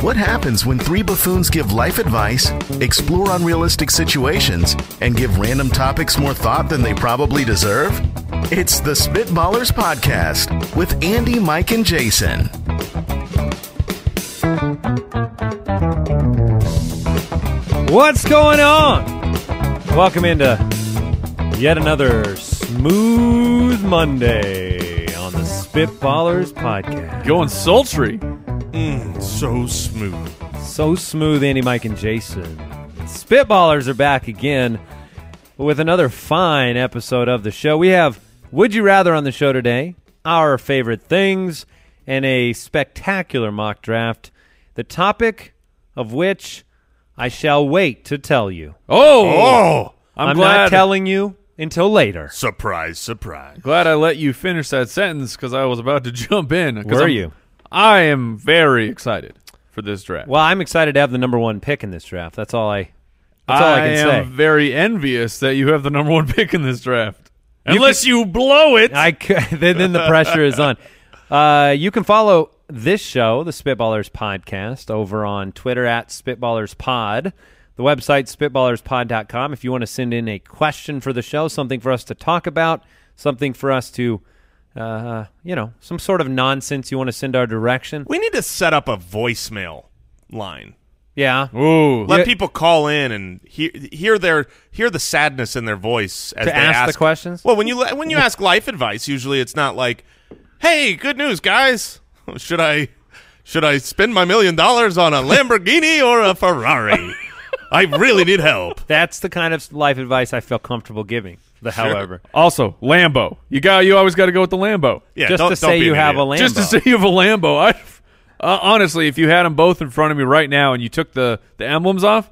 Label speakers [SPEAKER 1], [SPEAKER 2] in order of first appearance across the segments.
[SPEAKER 1] What happens when three buffoons give life advice, explore unrealistic situations, and give random topics more thought than they probably deserve? It's the Spitballers Podcast with Andy, Mike, and Jason.
[SPEAKER 2] What's going on? Welcome into yet another smooth Monday on the Spitballers Podcast.
[SPEAKER 3] Going sultry.
[SPEAKER 4] so smooth.
[SPEAKER 2] So smooth, Andy, Mike, and Jason. Spitballers are back again with another fine episode of the show. We have Would You Rather on the show today, our favorite things, and a spectacular mock draft. The topic of which I shall wait to tell you.
[SPEAKER 3] Oh,
[SPEAKER 4] Oh,
[SPEAKER 3] I'm,
[SPEAKER 2] I'm
[SPEAKER 3] glad.
[SPEAKER 2] not telling you until later.
[SPEAKER 4] surprise, surprise.
[SPEAKER 3] glad I let you finish that sentence because I was about to jump in. 'cause
[SPEAKER 2] Were
[SPEAKER 3] I'm-
[SPEAKER 2] you?
[SPEAKER 3] I am very excited for this draft.
[SPEAKER 2] Well, I'm excited to have the number one pick in this draft. That's all I. That's all I,
[SPEAKER 3] I
[SPEAKER 2] can
[SPEAKER 3] am
[SPEAKER 2] say.
[SPEAKER 3] very envious that you have the number one pick in this draft. Unless you, blow it.
[SPEAKER 2] I c- then, then the pressure is on. Uh, you can follow this show, the Spitballers Podcast, over on Twitter at Spitballers Pod. The website spitballerspod.com. If you want to send in a question for the show, something for us to talk about, something for us to, uh, you know, some sort of nonsense you want to send our direction.
[SPEAKER 4] We need to set up a voicemail line.
[SPEAKER 2] Yeah.
[SPEAKER 3] Ooh.
[SPEAKER 4] Let
[SPEAKER 2] Yeah.
[SPEAKER 4] people call in and hear hear their hear the sadness in their voice as
[SPEAKER 2] To
[SPEAKER 4] they
[SPEAKER 2] ask
[SPEAKER 4] ask
[SPEAKER 2] the questions?
[SPEAKER 4] Well, when you li- when you ask life advice, usually it's not like, "Hey, good news, guys. Should I should I spend my million dollars on a Lamborghini or a Ferrari? I really need help."
[SPEAKER 2] That's the kind of life advice I feel comfortable giving. The however.
[SPEAKER 3] Also, Lambo. You got. You always got to go with the Lambo.
[SPEAKER 4] Yeah,
[SPEAKER 2] just
[SPEAKER 4] don't,
[SPEAKER 2] to
[SPEAKER 4] don't
[SPEAKER 2] say
[SPEAKER 4] be
[SPEAKER 2] you
[SPEAKER 4] an
[SPEAKER 2] have
[SPEAKER 4] idiot.
[SPEAKER 2] a Lambo.
[SPEAKER 3] Just to say you have a Lambo. I uh, honestly, if you had them both in front of me right now and you took the the emblems off,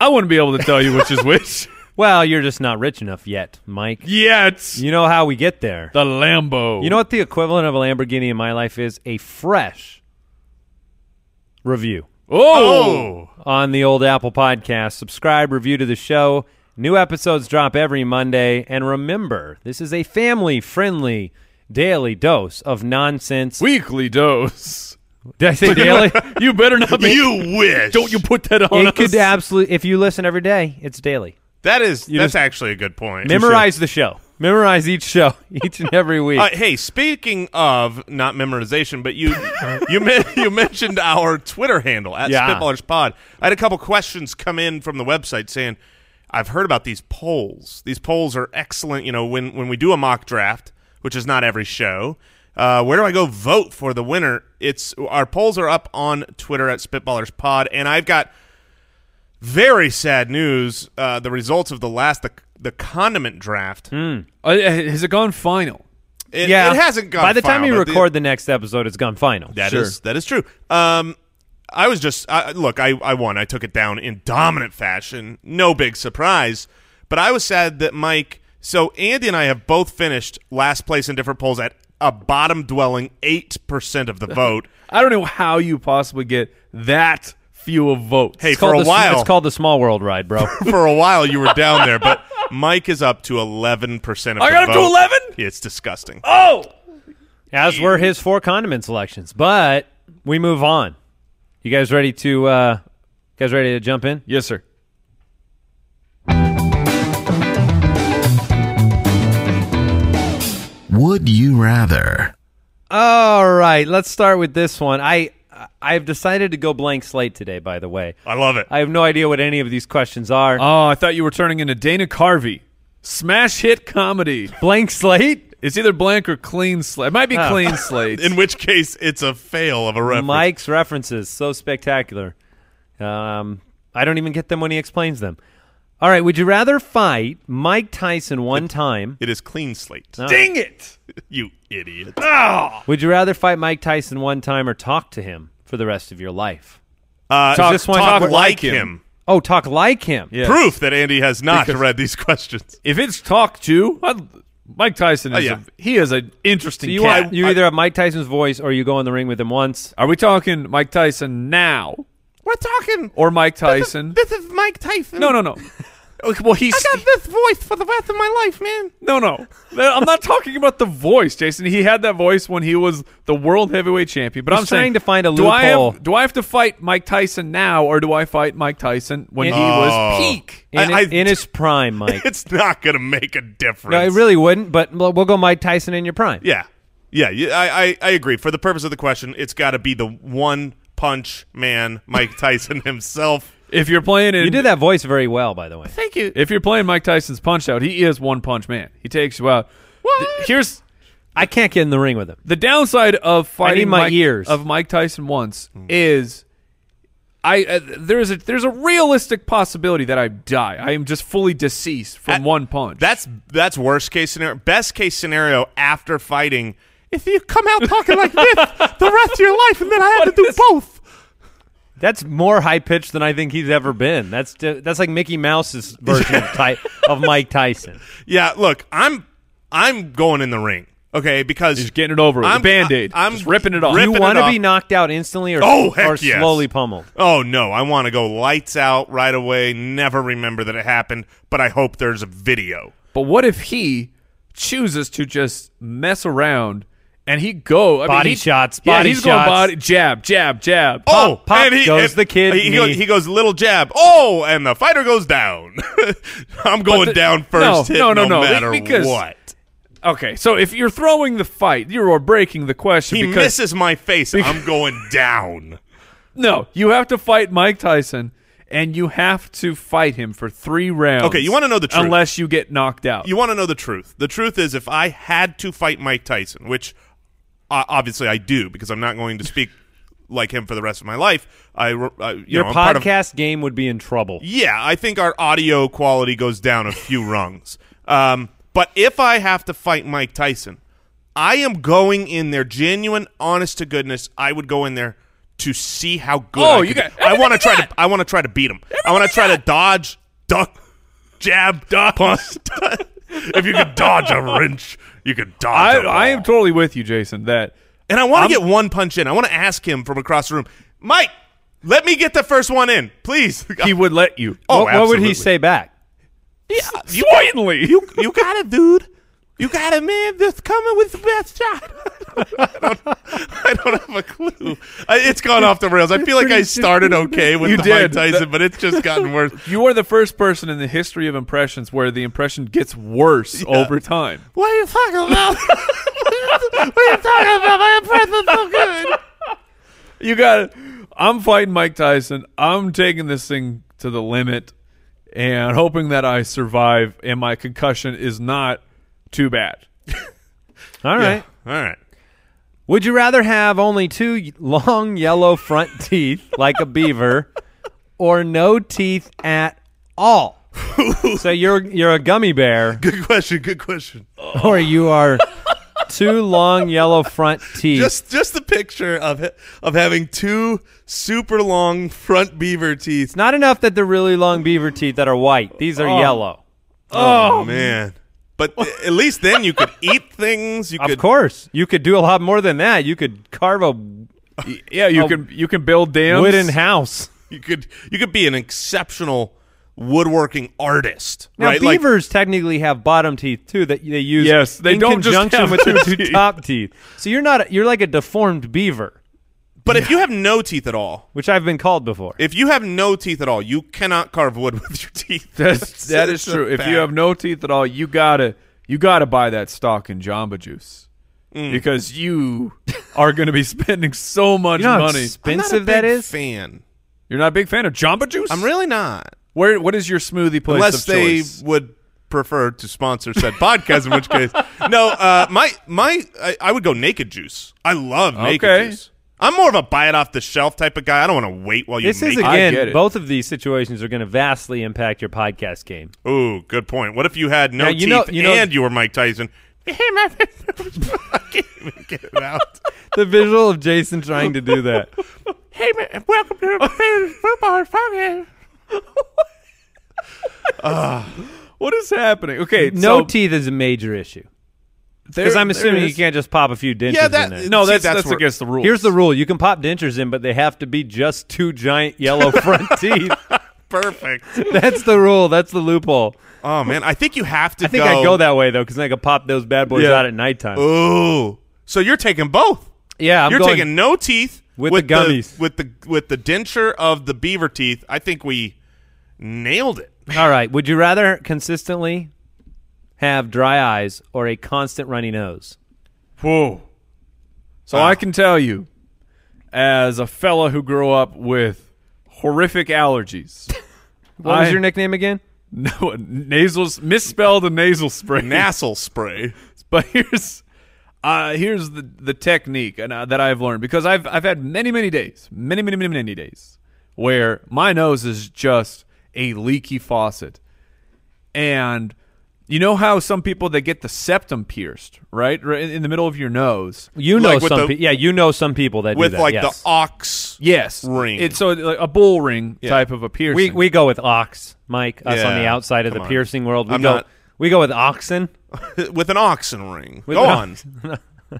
[SPEAKER 3] I wouldn't be able to tell you which is which.
[SPEAKER 2] Well, you're just not rich enough yet, Mike.
[SPEAKER 3] yeah, it's
[SPEAKER 2] You know how we get there.
[SPEAKER 3] the Lambo.
[SPEAKER 2] You know what the equivalent of a Lamborghini in my life is? A fresh review
[SPEAKER 3] Oh,
[SPEAKER 2] on the old Apple podcast. Subscribe, review to the show. New episodes drop every Monday. And remember, this is a family friendly daily dose of nonsense.
[SPEAKER 3] weekly dose.
[SPEAKER 2] Did I say daily?
[SPEAKER 3] You better not be.
[SPEAKER 4] You wish.
[SPEAKER 3] don't you put that on
[SPEAKER 2] it could
[SPEAKER 3] us.
[SPEAKER 2] absolutely, if you listen every day, it's daily.
[SPEAKER 4] That is that's
[SPEAKER 2] just-
[SPEAKER 4] actually a good point.
[SPEAKER 2] Memorize the show. Memorize each show, each and every week.
[SPEAKER 4] Uh, hey, speaking of not memorization, but you you men- you mentioned our Twitter handle at
[SPEAKER 2] Yeah.
[SPEAKER 4] Spitballers Pod. I had a couple questions come in from the website saying, "I've heard about these polls. These polls are excellent. You know, when when we do a mock draft, which is not every show." Uh, where do I go vote for the winner? It's our polls are up on Twitter at Spitballers Pod, and I've got very sad news. Uh, the results of the last the, the condiment draft.
[SPEAKER 3] Uh, has it gone final?
[SPEAKER 4] It,
[SPEAKER 2] Hmm. yeah,
[SPEAKER 4] it hasn't gone.
[SPEAKER 2] By the time
[SPEAKER 4] final,
[SPEAKER 2] you
[SPEAKER 4] but the-
[SPEAKER 2] record the, next episode, it's gone final.
[SPEAKER 4] That is
[SPEAKER 3] Sure.
[SPEAKER 4] that is true. Um, I was just I, look. I I won. I took it down in dominant fashion. No big surprise. But I was sad that Mike. So Andy and I have both finished last place in different polls at a bottom dwelling eight percent of the vote.
[SPEAKER 3] I don't know how you possibly get that few of votes.
[SPEAKER 4] Hey,
[SPEAKER 2] It's called
[SPEAKER 4] for a
[SPEAKER 2] the sm-
[SPEAKER 4] while,
[SPEAKER 2] it's called the Small World Ride, bro.
[SPEAKER 4] for a while you were down there, but Mike is up to eleven percent of
[SPEAKER 3] I
[SPEAKER 4] the
[SPEAKER 3] got up to
[SPEAKER 4] vote.
[SPEAKER 3] 11?
[SPEAKER 4] It's disgusting.
[SPEAKER 3] oh,
[SPEAKER 2] As were his four condiment selections. But we move on. You guys ready to? Uh, you guys ready to jump in?
[SPEAKER 3] yes, sir.
[SPEAKER 1] Would you rather?
[SPEAKER 2] All right, let's start with this one. I I've decided to go blank slate today. By the way,
[SPEAKER 4] I love it.
[SPEAKER 2] I have no idea what any of these questions are.
[SPEAKER 4] Uh,
[SPEAKER 3] Oh, I thought you were turning into Dana Carvey. Smash hit comedy.
[SPEAKER 2] blank slate.
[SPEAKER 3] It's either blank or clean slate. It might be
[SPEAKER 2] Oh.
[SPEAKER 3] clean slate.
[SPEAKER 4] in which case, it's a fail of a reference.
[SPEAKER 2] Mike's references so spectacular. Um, I don't even get them when he explains them. All right. Would you rather fight Mike Tyson one time?
[SPEAKER 4] It is clean slate.
[SPEAKER 3] Dang it!
[SPEAKER 4] You idiot.
[SPEAKER 2] Would you rather fight Mike Tyson one time or talk to him for the rest of your life?
[SPEAKER 4] Uh, is
[SPEAKER 3] Talk-
[SPEAKER 4] this one
[SPEAKER 3] talk like
[SPEAKER 4] talk like
[SPEAKER 3] him.
[SPEAKER 4] him?
[SPEAKER 2] Oh, talk like him.
[SPEAKER 3] Yeah.
[SPEAKER 4] Proof that Andy has not
[SPEAKER 3] Because-
[SPEAKER 4] read these questions.
[SPEAKER 3] If it's talk to, i Mike Tyson is
[SPEAKER 4] Oh, yeah.
[SPEAKER 3] a, he is an interesting
[SPEAKER 2] So you
[SPEAKER 3] cat.
[SPEAKER 2] want, you either have Mike Tyson's voice or you go in the ring with him once.
[SPEAKER 3] Are we talking Mike Tyson now
[SPEAKER 4] We're talking.
[SPEAKER 3] or Mike Tyson?
[SPEAKER 4] is Mike Tyson.
[SPEAKER 3] no, no, no. Okay, Well, he's
[SPEAKER 4] this voice for the rest of my life, man.
[SPEAKER 3] no, no. I'm not talking about the voice, Jason. He had that voice when he was the world heavyweight champion. But
[SPEAKER 2] He's
[SPEAKER 3] I'm saying,
[SPEAKER 2] trying to find a
[SPEAKER 3] do I have-
[SPEAKER 2] loophole.
[SPEAKER 3] do I have to fight Mike Tyson now, or do I fight Mike Tyson when
[SPEAKER 2] In-
[SPEAKER 3] he was
[SPEAKER 4] Oh.
[SPEAKER 3] peak?
[SPEAKER 2] In,
[SPEAKER 4] I- I-
[SPEAKER 2] in his prime, Mike.
[SPEAKER 4] It's not going to make a difference.
[SPEAKER 2] no, it really wouldn't, but we'll we'll go Mike Tyson in your prime.
[SPEAKER 4] Yeah. Yeah. you- I, I, I agree. For the purpose of the question, it's got to be the one punch man, Mike Tyson himself.
[SPEAKER 3] If you're playing, in,
[SPEAKER 2] You did that voice very well, by the way.
[SPEAKER 4] Thank you.
[SPEAKER 3] If you're playing Mike Tyson's Punch Out, he is one punch man. He takes you out. Th- Here's
[SPEAKER 2] I can't get in the ring with him.
[SPEAKER 3] the downside of fighting
[SPEAKER 2] my
[SPEAKER 3] Mike,
[SPEAKER 2] ears.
[SPEAKER 3] of Mike Tyson once
[SPEAKER 4] Hmm.
[SPEAKER 3] is I uh, there's a there's a realistic possibility that I die. I am just fully deceased from one punch.
[SPEAKER 4] That's that's worst case scenario. Best case scenario after fighting, if you come out talking like this the rest of your life, and then I have to do both.
[SPEAKER 2] That's more high pitched than I think he's ever been. That's ju- that's like Mickey Mouse's version of, Ty- of Mike Tyson.
[SPEAKER 4] Yeah, look, I'm I'm going in the ring, okay? Because
[SPEAKER 3] just getting it over with.
[SPEAKER 4] I'm-
[SPEAKER 3] Band aid.
[SPEAKER 4] I- I'm
[SPEAKER 3] Just ripping it off.
[SPEAKER 2] you
[SPEAKER 4] ripping it
[SPEAKER 2] want to
[SPEAKER 4] off.
[SPEAKER 2] be knocked out instantly or,
[SPEAKER 4] Oh, heck
[SPEAKER 2] or
[SPEAKER 4] yes.
[SPEAKER 2] slowly pummeled?
[SPEAKER 4] Oh no, I want to go lights out right away. Never remember that it happened, but I hope there's a video.
[SPEAKER 3] But what if he chooses to just mess around and he go I
[SPEAKER 2] Body
[SPEAKER 3] mean, he,
[SPEAKER 2] shots,
[SPEAKER 3] Yeah,
[SPEAKER 2] body
[SPEAKER 3] he's going
[SPEAKER 2] shots.
[SPEAKER 3] body jab, jab, jab.
[SPEAKER 4] Oh,
[SPEAKER 2] pop
[SPEAKER 4] and he,
[SPEAKER 2] goes
[SPEAKER 4] and
[SPEAKER 2] the kid
[SPEAKER 4] He,
[SPEAKER 2] knee.
[SPEAKER 4] goes, he goes little jab. Oh, and the fighter goes down. I'm going
[SPEAKER 3] the-
[SPEAKER 4] down first.
[SPEAKER 3] no,
[SPEAKER 4] hit,
[SPEAKER 3] no, no, no, be-
[SPEAKER 4] matter
[SPEAKER 3] because-
[SPEAKER 4] what.
[SPEAKER 3] Okay, so if you're throwing the fight, you are breaking the question
[SPEAKER 4] He
[SPEAKER 3] because
[SPEAKER 4] misses my face. I'm going down.
[SPEAKER 3] No, you have to fight Mike Tyson, and you have to fight him for three rounds.
[SPEAKER 4] Okay, you wanna know the truth.
[SPEAKER 3] Unless you get knocked out.
[SPEAKER 4] You want to know the truth. The truth is, if I had to fight Mike Tyson, which uh, obviously I do because I'm not going to speak like him for the rest of my life, I, re- I you
[SPEAKER 2] Your
[SPEAKER 4] know, I'm part of-
[SPEAKER 2] podcast game would be in trouble.
[SPEAKER 4] yeah, I think our audio quality goes down a few rungs. Um, but if I have to fight Mike Tyson, I am going in there genuine, honest to goodness. I would go in there to see how good.
[SPEAKER 3] Oh,
[SPEAKER 4] I
[SPEAKER 3] you
[SPEAKER 4] could
[SPEAKER 3] got-
[SPEAKER 4] do. I
[SPEAKER 3] everything
[SPEAKER 4] want to try
[SPEAKER 3] you
[SPEAKER 4] to. I want to try to beat him. I want to try to dodge, duck, jab, punch. if you could dodge a wrench, you could
[SPEAKER 3] I,
[SPEAKER 4] dodge. a
[SPEAKER 3] I am
[SPEAKER 4] wall.
[SPEAKER 3] totally with you, Jason. That
[SPEAKER 4] And I want to get one punch in. I want to ask him from across the room, Mike. Let me get the first one in, please.
[SPEAKER 3] he would let you.
[SPEAKER 4] Oh,
[SPEAKER 2] what, what would he
[SPEAKER 4] absolutely.
[SPEAKER 2] say back?
[SPEAKER 4] you
[SPEAKER 3] Certainly.
[SPEAKER 4] You you got it, dude. You got it, man. That's coming with the best shot. I don't, I don't have a clue. I, it's gone off the rails. I feel like I started okay with
[SPEAKER 3] You
[SPEAKER 4] the
[SPEAKER 3] did.
[SPEAKER 4] Mike Tyson, but it's just gotten worse.
[SPEAKER 3] You are the first person in the history of impressions where the impression gets worse over time.
[SPEAKER 4] What are you talking about? what are you talking about? My impression's so good.
[SPEAKER 3] You got it. I'm fighting Mike Tyson. I'm taking this thing to the limit and hoping that I survive and my concussion is not too bad.
[SPEAKER 2] All right.
[SPEAKER 4] All right.
[SPEAKER 2] Would you rather have only two y- long yellow front teeth like a beaver or no teeth at all? so you're you're a gummy bear
[SPEAKER 4] Good question. Good question.
[SPEAKER 2] or you are two long yellow front teeth.
[SPEAKER 4] Just just the picture of ha- of having two super long front beaver teeth.
[SPEAKER 2] Not enough that they're really long beaver teeth that are white. These are yellow.
[SPEAKER 4] Oh, man. But at least then you could eat things. You
[SPEAKER 2] Of
[SPEAKER 4] could
[SPEAKER 2] course. You could do a lot more than that. You could carve a
[SPEAKER 3] Yeah, you can you can build dams.
[SPEAKER 2] wooden house.
[SPEAKER 4] You could you could be an exceptional woodworking artist,
[SPEAKER 2] Now
[SPEAKER 4] right? Like,
[SPEAKER 2] beavers technically have bottom teeth too that they use.
[SPEAKER 3] Yes, they
[SPEAKER 2] in
[SPEAKER 3] don't just
[SPEAKER 2] conjunction
[SPEAKER 3] have
[SPEAKER 2] with their
[SPEAKER 3] two
[SPEAKER 2] two
[SPEAKER 3] teeth.
[SPEAKER 2] top teeth. So you're not you're like a deformed beaver,
[SPEAKER 4] but if you have no teeth at all,
[SPEAKER 2] which I've been called before.
[SPEAKER 4] if you have no teeth at all, you cannot carve wood with your teeth.
[SPEAKER 3] That's, that is
[SPEAKER 4] It's a
[SPEAKER 3] true. If
[SPEAKER 4] fact.
[SPEAKER 3] you have no teeth at all, you gotta you gotta buy that stock in Jamba Juice
[SPEAKER 4] Mm.
[SPEAKER 3] because you are going to be spending so much
[SPEAKER 2] you know how
[SPEAKER 3] money.
[SPEAKER 4] I'm not a
[SPEAKER 2] expensive that
[SPEAKER 4] big
[SPEAKER 2] is.
[SPEAKER 4] fan.
[SPEAKER 3] You're not a big fan of Jamba Juice.
[SPEAKER 4] I'm really not,
[SPEAKER 3] Where what is your smoothie place
[SPEAKER 4] unless
[SPEAKER 3] of
[SPEAKER 4] they
[SPEAKER 3] choice?
[SPEAKER 4] would prefer to sponsor said podcast. in which case, no, uh, my my I, I would go naked juice. I love naked
[SPEAKER 3] Okay.
[SPEAKER 4] juice. I'm more of a buy it off the shelf type of guy. I don't want to wait while you
[SPEAKER 2] This
[SPEAKER 4] make
[SPEAKER 2] is
[SPEAKER 4] it.
[SPEAKER 3] I get
[SPEAKER 2] again.
[SPEAKER 3] it.
[SPEAKER 2] Both of these situations are going to vastly impact your podcast game.
[SPEAKER 4] Ooh, good point. What if you had no
[SPEAKER 2] Now, you
[SPEAKER 4] teeth
[SPEAKER 2] know- you know-
[SPEAKER 4] and you were Mike Tyson? I can't even get it out.
[SPEAKER 2] the visual of Jason trying to do that.
[SPEAKER 4] Hey, man, welcome to the football podcast.
[SPEAKER 3] Ah. What is happening? Okay,
[SPEAKER 2] No
[SPEAKER 3] so
[SPEAKER 2] teeth is a major issue because I'm assuming you can't just pop a few dentures
[SPEAKER 4] Yeah, that-
[SPEAKER 2] in there.
[SPEAKER 4] See,
[SPEAKER 3] No, that's
[SPEAKER 4] that's
[SPEAKER 3] that's,
[SPEAKER 4] where-
[SPEAKER 3] against the rules.
[SPEAKER 2] Here's the rule: you can pop dentures in, but they have to be just two giant yellow front teeth.
[SPEAKER 4] Perfect.
[SPEAKER 2] That's the rule. That's the loophole.
[SPEAKER 4] Oh man, I think you have to.
[SPEAKER 2] I think I go that way though, because I can pop those bad boys
[SPEAKER 3] Yeah.
[SPEAKER 2] out at nighttime.
[SPEAKER 4] Ooh, so you're taking both.
[SPEAKER 2] yeah, I'm
[SPEAKER 4] you're
[SPEAKER 2] going.
[SPEAKER 4] taking no teeth
[SPEAKER 2] With the gummies.
[SPEAKER 4] with the with the denture of the beaver teeth. I think we nailed it.
[SPEAKER 2] All right. Would you rather consistently have dry eyes or a constant runny nose?
[SPEAKER 3] Whoa. So I can tell you, as a fella who grew up with horrific allergies,
[SPEAKER 2] What was
[SPEAKER 3] I-
[SPEAKER 2] your nickname again?
[SPEAKER 3] no nasal misspelled a nasal spray.
[SPEAKER 4] Nasal spray.
[SPEAKER 3] but here's uh, here's the the technique and, uh, that I've learned because I've I've had many many days, many many many many days where my nose is just a leaky faucet, and you know how some people they get the septum pierced right, right in, in the middle of your nose.
[SPEAKER 2] You know
[SPEAKER 4] Like with
[SPEAKER 2] some.
[SPEAKER 4] the-
[SPEAKER 2] pe- yeah, you know some people that
[SPEAKER 4] with
[SPEAKER 2] do that.
[SPEAKER 4] like
[SPEAKER 2] yes.
[SPEAKER 4] the ox.
[SPEAKER 3] Yes,
[SPEAKER 4] Ring.
[SPEAKER 3] It's so like a bull ring type of a piercing.
[SPEAKER 2] We we go with ox, Mike. Us on the
[SPEAKER 4] Yeah,
[SPEAKER 2] outside of the
[SPEAKER 4] come on.
[SPEAKER 2] piercing world. We
[SPEAKER 4] I'm
[SPEAKER 2] go
[SPEAKER 4] not-
[SPEAKER 2] we go with oxen.
[SPEAKER 4] with an oxen ring.
[SPEAKER 2] With
[SPEAKER 4] Go
[SPEAKER 2] an
[SPEAKER 4] on.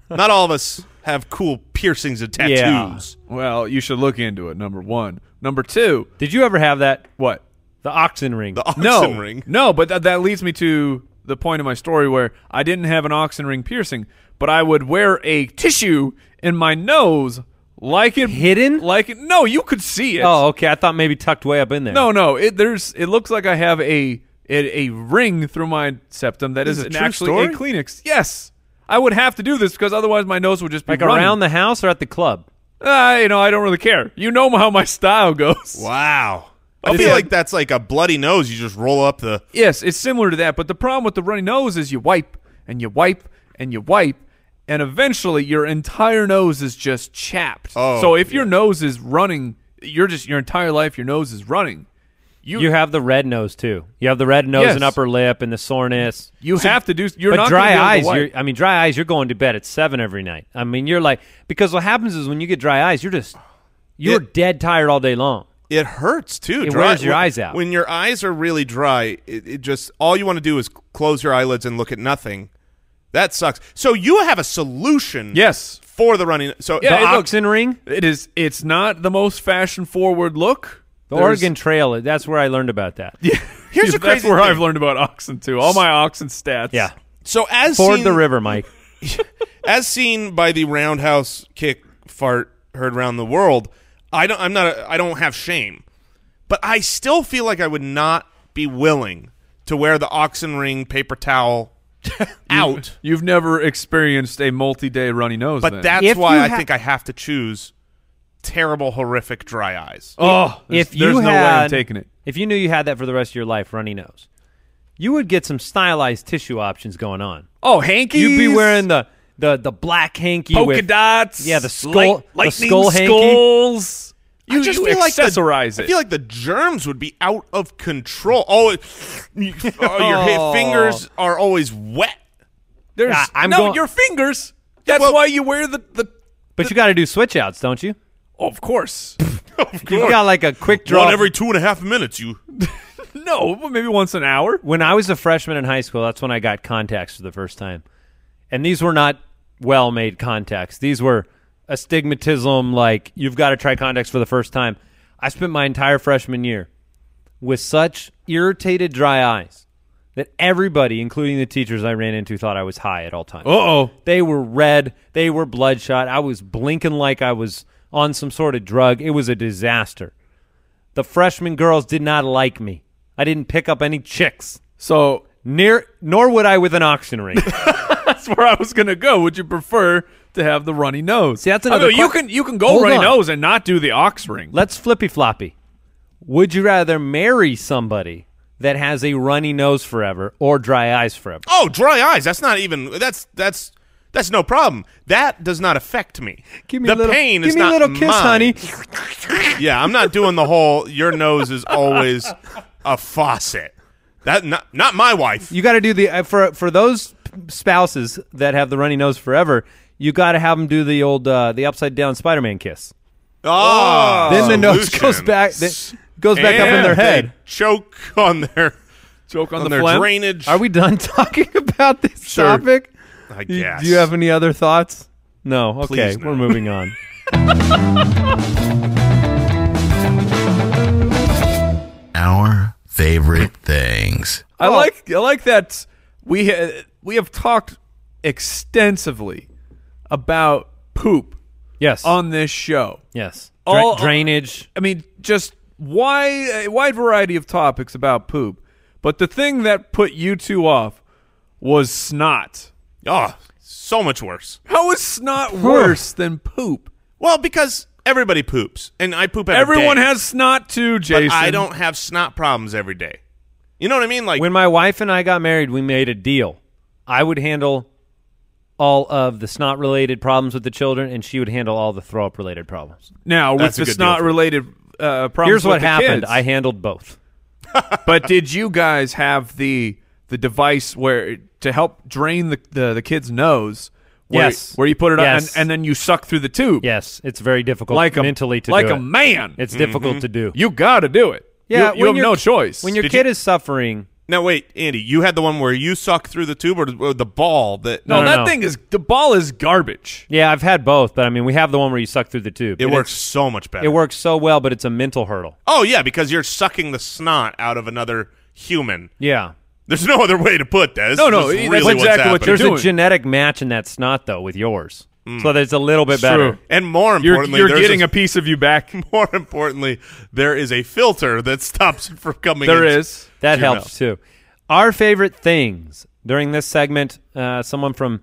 [SPEAKER 4] Not all of us have cool piercings and tattoos.
[SPEAKER 2] Yeah.
[SPEAKER 3] well, you should look into it. Number one, number two,
[SPEAKER 2] Did you ever have that?
[SPEAKER 3] what?
[SPEAKER 2] The oxen ring.
[SPEAKER 4] The oxen
[SPEAKER 3] no,
[SPEAKER 4] ring.
[SPEAKER 3] No, but th- that leads me to the point of my story where I didn't have an oxen ring piercing, but I would wear a tissue in my nose like it
[SPEAKER 2] Hidden?
[SPEAKER 3] like it. No, you could see it.
[SPEAKER 2] oh, okay. I thought maybe tucked way up in there.
[SPEAKER 3] no, no. It there's it looks like I have a a, a ring through my septum that
[SPEAKER 4] This
[SPEAKER 3] is
[SPEAKER 4] is a
[SPEAKER 3] an-
[SPEAKER 4] true
[SPEAKER 3] actually a
[SPEAKER 4] story?
[SPEAKER 3] Kleenex. Yes. I would have to do this because otherwise my nose would just be
[SPEAKER 2] like
[SPEAKER 3] running.
[SPEAKER 2] around the house or at the club.
[SPEAKER 3] Ah, you know, I don't really care. You know how my style goes.
[SPEAKER 4] Wow. I
[SPEAKER 3] But
[SPEAKER 4] feel
[SPEAKER 3] yeah.
[SPEAKER 4] like that's like a bloody nose. You just roll up the.
[SPEAKER 3] Yes, it's similar to that, but the problem with the runny nose is you wipe and you wipe and you wipe, and eventually your entire nose is just chapped.
[SPEAKER 4] Oh,
[SPEAKER 3] so if your nose is running, you're just your entire life your nose is running. You
[SPEAKER 2] You
[SPEAKER 3] you,
[SPEAKER 2] have the red nose too. You have the red nose and
[SPEAKER 3] Yes.
[SPEAKER 2] upper lip and the soreness.
[SPEAKER 3] have to do. You're
[SPEAKER 2] but
[SPEAKER 3] not
[SPEAKER 2] dry
[SPEAKER 3] gonna be
[SPEAKER 2] eyes,
[SPEAKER 3] able to
[SPEAKER 2] you're,
[SPEAKER 3] wipe.
[SPEAKER 2] I mean, dry eyes. You're going to bed at seven every night. I mean, you're like because what happens is when you get dry eyes, you're just you're
[SPEAKER 4] It-
[SPEAKER 2] dead tired all day long.
[SPEAKER 4] It hurts too.
[SPEAKER 2] It wears your
[SPEAKER 4] when-
[SPEAKER 2] eyes out.
[SPEAKER 4] When your eyes are really dry, it, it just all you want to do is close your eyelids and look at nothing. That sucks. So you have a solution.
[SPEAKER 3] Yes.
[SPEAKER 4] For the running. So
[SPEAKER 2] The
[SPEAKER 3] Yeah, it looks-
[SPEAKER 2] oxen ring,
[SPEAKER 3] It is. It's not the most fashion forward look.
[SPEAKER 2] the
[SPEAKER 3] There's-
[SPEAKER 2] Oregon Trail. That's where I learned about that. Yeah,
[SPEAKER 4] here's the
[SPEAKER 3] That's
[SPEAKER 4] crazy
[SPEAKER 3] where
[SPEAKER 4] thing.
[SPEAKER 3] I've learned about oxen too. All my oxen stats.
[SPEAKER 2] yeah.
[SPEAKER 4] So as
[SPEAKER 2] Ford
[SPEAKER 4] seen,
[SPEAKER 2] the river, Mike.
[SPEAKER 4] as seen by the roundhouse kick fart heard around the world, I don't. I'm not. A, I don't have shame, but I still feel like I would not be willing to wear the oxen ring paper towel out.
[SPEAKER 3] You've never experienced a multi-day runny nose.
[SPEAKER 4] But
[SPEAKER 3] then.
[SPEAKER 4] that's
[SPEAKER 2] If
[SPEAKER 4] why
[SPEAKER 2] you
[SPEAKER 4] I
[SPEAKER 2] ha-
[SPEAKER 4] think I have to choose terrible, horrific dry eyes.
[SPEAKER 3] oh,
[SPEAKER 2] if
[SPEAKER 3] there's,
[SPEAKER 2] you
[SPEAKER 3] there's no way
[SPEAKER 2] had
[SPEAKER 3] I'm taking it.
[SPEAKER 2] if you knew you had that for the rest of your life, runny nose, you would get some stylized tissue options going on.
[SPEAKER 3] Oh, hanky.
[SPEAKER 2] You'd be wearing the the the black hanky
[SPEAKER 3] polka
[SPEAKER 2] with
[SPEAKER 3] dots.
[SPEAKER 2] yeah, the skull-
[SPEAKER 3] light-
[SPEAKER 2] the
[SPEAKER 3] lightning
[SPEAKER 2] skull hanky.
[SPEAKER 3] skulls. You, you accessorize
[SPEAKER 4] like the,
[SPEAKER 3] it.
[SPEAKER 4] I feel like the germs would be out of control. Oh, it, you- oh, your
[SPEAKER 2] Oh.
[SPEAKER 4] ha- fingers are always wet.
[SPEAKER 3] There's
[SPEAKER 2] Ah, I'm
[SPEAKER 3] no
[SPEAKER 2] going-
[SPEAKER 3] your fingers. That's
[SPEAKER 4] Well-
[SPEAKER 3] why you wear the the.
[SPEAKER 2] But you got to do switch outs, don't you?
[SPEAKER 3] Oh, of course.
[SPEAKER 2] You've got like a quick draw.
[SPEAKER 4] One every two and a half minutes. You
[SPEAKER 3] no, but maybe once an hour.
[SPEAKER 2] when I was a freshman in high school, that's when I got contacts for the first time. And these were not well made contacts. These were astigmatism, like you've got to try contacts for the first time. I spent my entire freshman year with such irritated dry eyes that everybody, including the teachers I ran into, thought I was high at all times.
[SPEAKER 3] Uh oh.
[SPEAKER 2] They were red. They were bloodshot. I was blinking like I was on some sort of drug. It was a disaster. The freshman girls did not like me. I didn't pick up any chicks.
[SPEAKER 3] So
[SPEAKER 2] Near, nor would I with an auction ring.
[SPEAKER 3] that's where I was gonna go. Would you prefer to have the runny nose?
[SPEAKER 2] See, that's
[SPEAKER 3] Although
[SPEAKER 2] another
[SPEAKER 3] you
[SPEAKER 2] que-
[SPEAKER 3] can you can go
[SPEAKER 2] Hold
[SPEAKER 3] runny
[SPEAKER 2] on.
[SPEAKER 3] nose and not do the ox ring.
[SPEAKER 2] Let's flippy floppy. Would you rather marry somebody that has a runny nose forever or dry eyes forever?
[SPEAKER 4] Oh, dry eyes. That's not even. That's that's That's no problem. That does not affect me.
[SPEAKER 2] Give me a
[SPEAKER 4] the
[SPEAKER 2] little,
[SPEAKER 4] pain
[SPEAKER 2] give
[SPEAKER 4] is
[SPEAKER 2] me
[SPEAKER 4] not
[SPEAKER 2] a little kiss,
[SPEAKER 4] mine.
[SPEAKER 2] honey.
[SPEAKER 4] Yeah, I'm not doing the whole. Your nose is always a faucet. That not not my wife.
[SPEAKER 2] You got to do the uh, for for those spouses that have the runny nose forever. You got to have them do the old uh, the upside down Spider Man kiss.
[SPEAKER 4] Oh,
[SPEAKER 2] Ah, then the nose
[SPEAKER 4] solution.
[SPEAKER 2] goes back then goes back up in
[SPEAKER 4] And
[SPEAKER 2] their
[SPEAKER 4] they
[SPEAKER 2] head.
[SPEAKER 4] choke on their
[SPEAKER 3] Joke on,
[SPEAKER 4] on
[SPEAKER 3] the
[SPEAKER 4] their
[SPEAKER 3] phlegm?
[SPEAKER 4] drainage.
[SPEAKER 2] Are we done talking about this
[SPEAKER 4] Sure.
[SPEAKER 2] topic?
[SPEAKER 4] I
[SPEAKER 2] You-
[SPEAKER 4] guess.
[SPEAKER 2] Do you have any other thoughts? No. Okay,
[SPEAKER 4] Please no.
[SPEAKER 2] we're moving on.
[SPEAKER 1] Our favorite things.
[SPEAKER 3] I like I like that we ha- we have talked extensively about poop
[SPEAKER 2] Yes.
[SPEAKER 3] on this show.
[SPEAKER 2] yes. Dra-
[SPEAKER 3] All-
[SPEAKER 2] drainage.
[SPEAKER 3] I mean, just why a wide variety of topics about poop. But the thing that put you two off was snot.
[SPEAKER 4] Oh, so much worse.
[SPEAKER 3] How is snot worse than poop?
[SPEAKER 4] Well, because everybody poops, and I poop every
[SPEAKER 3] Everyone
[SPEAKER 4] day,
[SPEAKER 3] has snot too,
[SPEAKER 4] But
[SPEAKER 3] Jason.
[SPEAKER 4] I don't have snot problems every day. You know what I mean? Like
[SPEAKER 2] When my wife and I got married, we made a deal. I would handle all of the snot related problems with the children, and she would handle all the throw up related problems.
[SPEAKER 3] Now with
[SPEAKER 4] That's a
[SPEAKER 3] the
[SPEAKER 4] good deal for
[SPEAKER 3] snot related uh, problems.
[SPEAKER 2] Here's
[SPEAKER 3] with
[SPEAKER 2] what
[SPEAKER 3] the
[SPEAKER 2] happened.
[SPEAKER 3] kids.
[SPEAKER 2] I handled both.
[SPEAKER 3] but did you guys have the the device where to help drain the the, the kid's nose? Where,
[SPEAKER 2] Yes.
[SPEAKER 3] Where you put it
[SPEAKER 2] Yes.
[SPEAKER 3] on and, and then you suck through the tube.
[SPEAKER 2] Yes, it's very difficult
[SPEAKER 3] Like a,
[SPEAKER 2] mentally to
[SPEAKER 3] like
[SPEAKER 2] do
[SPEAKER 3] a
[SPEAKER 2] it.
[SPEAKER 3] man. Mm-hmm.
[SPEAKER 2] It's difficult to do.
[SPEAKER 3] you got to do it.
[SPEAKER 2] Yeah,
[SPEAKER 3] You, you
[SPEAKER 2] when
[SPEAKER 3] have
[SPEAKER 2] your
[SPEAKER 3] no
[SPEAKER 2] ki-
[SPEAKER 3] choice.
[SPEAKER 2] When your
[SPEAKER 4] Did
[SPEAKER 2] kid
[SPEAKER 4] you-
[SPEAKER 2] is suffering,
[SPEAKER 4] now, wait, Andy, you had the one where you suck through the tube or, or the ball that
[SPEAKER 3] no,
[SPEAKER 2] no,
[SPEAKER 3] that
[SPEAKER 2] no.
[SPEAKER 3] thing is the ball is garbage.
[SPEAKER 2] yeah, I've had both, but I mean, we have the one where you suck through the tube.
[SPEAKER 4] it
[SPEAKER 2] And
[SPEAKER 4] works
[SPEAKER 2] it's-
[SPEAKER 4] so much better.
[SPEAKER 2] It works so well, but it's a mental hurdle.
[SPEAKER 4] Oh yeah, because you're sucking the snot out of another human.
[SPEAKER 2] Yeah.
[SPEAKER 4] There's no other way to put that. This
[SPEAKER 3] No, no,
[SPEAKER 4] is
[SPEAKER 3] that's
[SPEAKER 4] really what's
[SPEAKER 3] exactly what
[SPEAKER 4] happening. Mm.
[SPEAKER 3] you're
[SPEAKER 2] There's a
[SPEAKER 3] doing.
[SPEAKER 2] genetic match in that snot, though, with yours. So that's a little bit better.
[SPEAKER 3] true.
[SPEAKER 4] And more
[SPEAKER 3] You're,
[SPEAKER 4] importantly,
[SPEAKER 3] you're
[SPEAKER 4] there's
[SPEAKER 3] getting
[SPEAKER 4] a,
[SPEAKER 3] a piece of you back.
[SPEAKER 4] more importantly, there is a filter that stops it from coming.
[SPEAKER 3] There
[SPEAKER 4] into-
[SPEAKER 3] is.
[SPEAKER 2] That
[SPEAKER 4] Two
[SPEAKER 2] helps too. Our favorite things during this segment, uh, someone from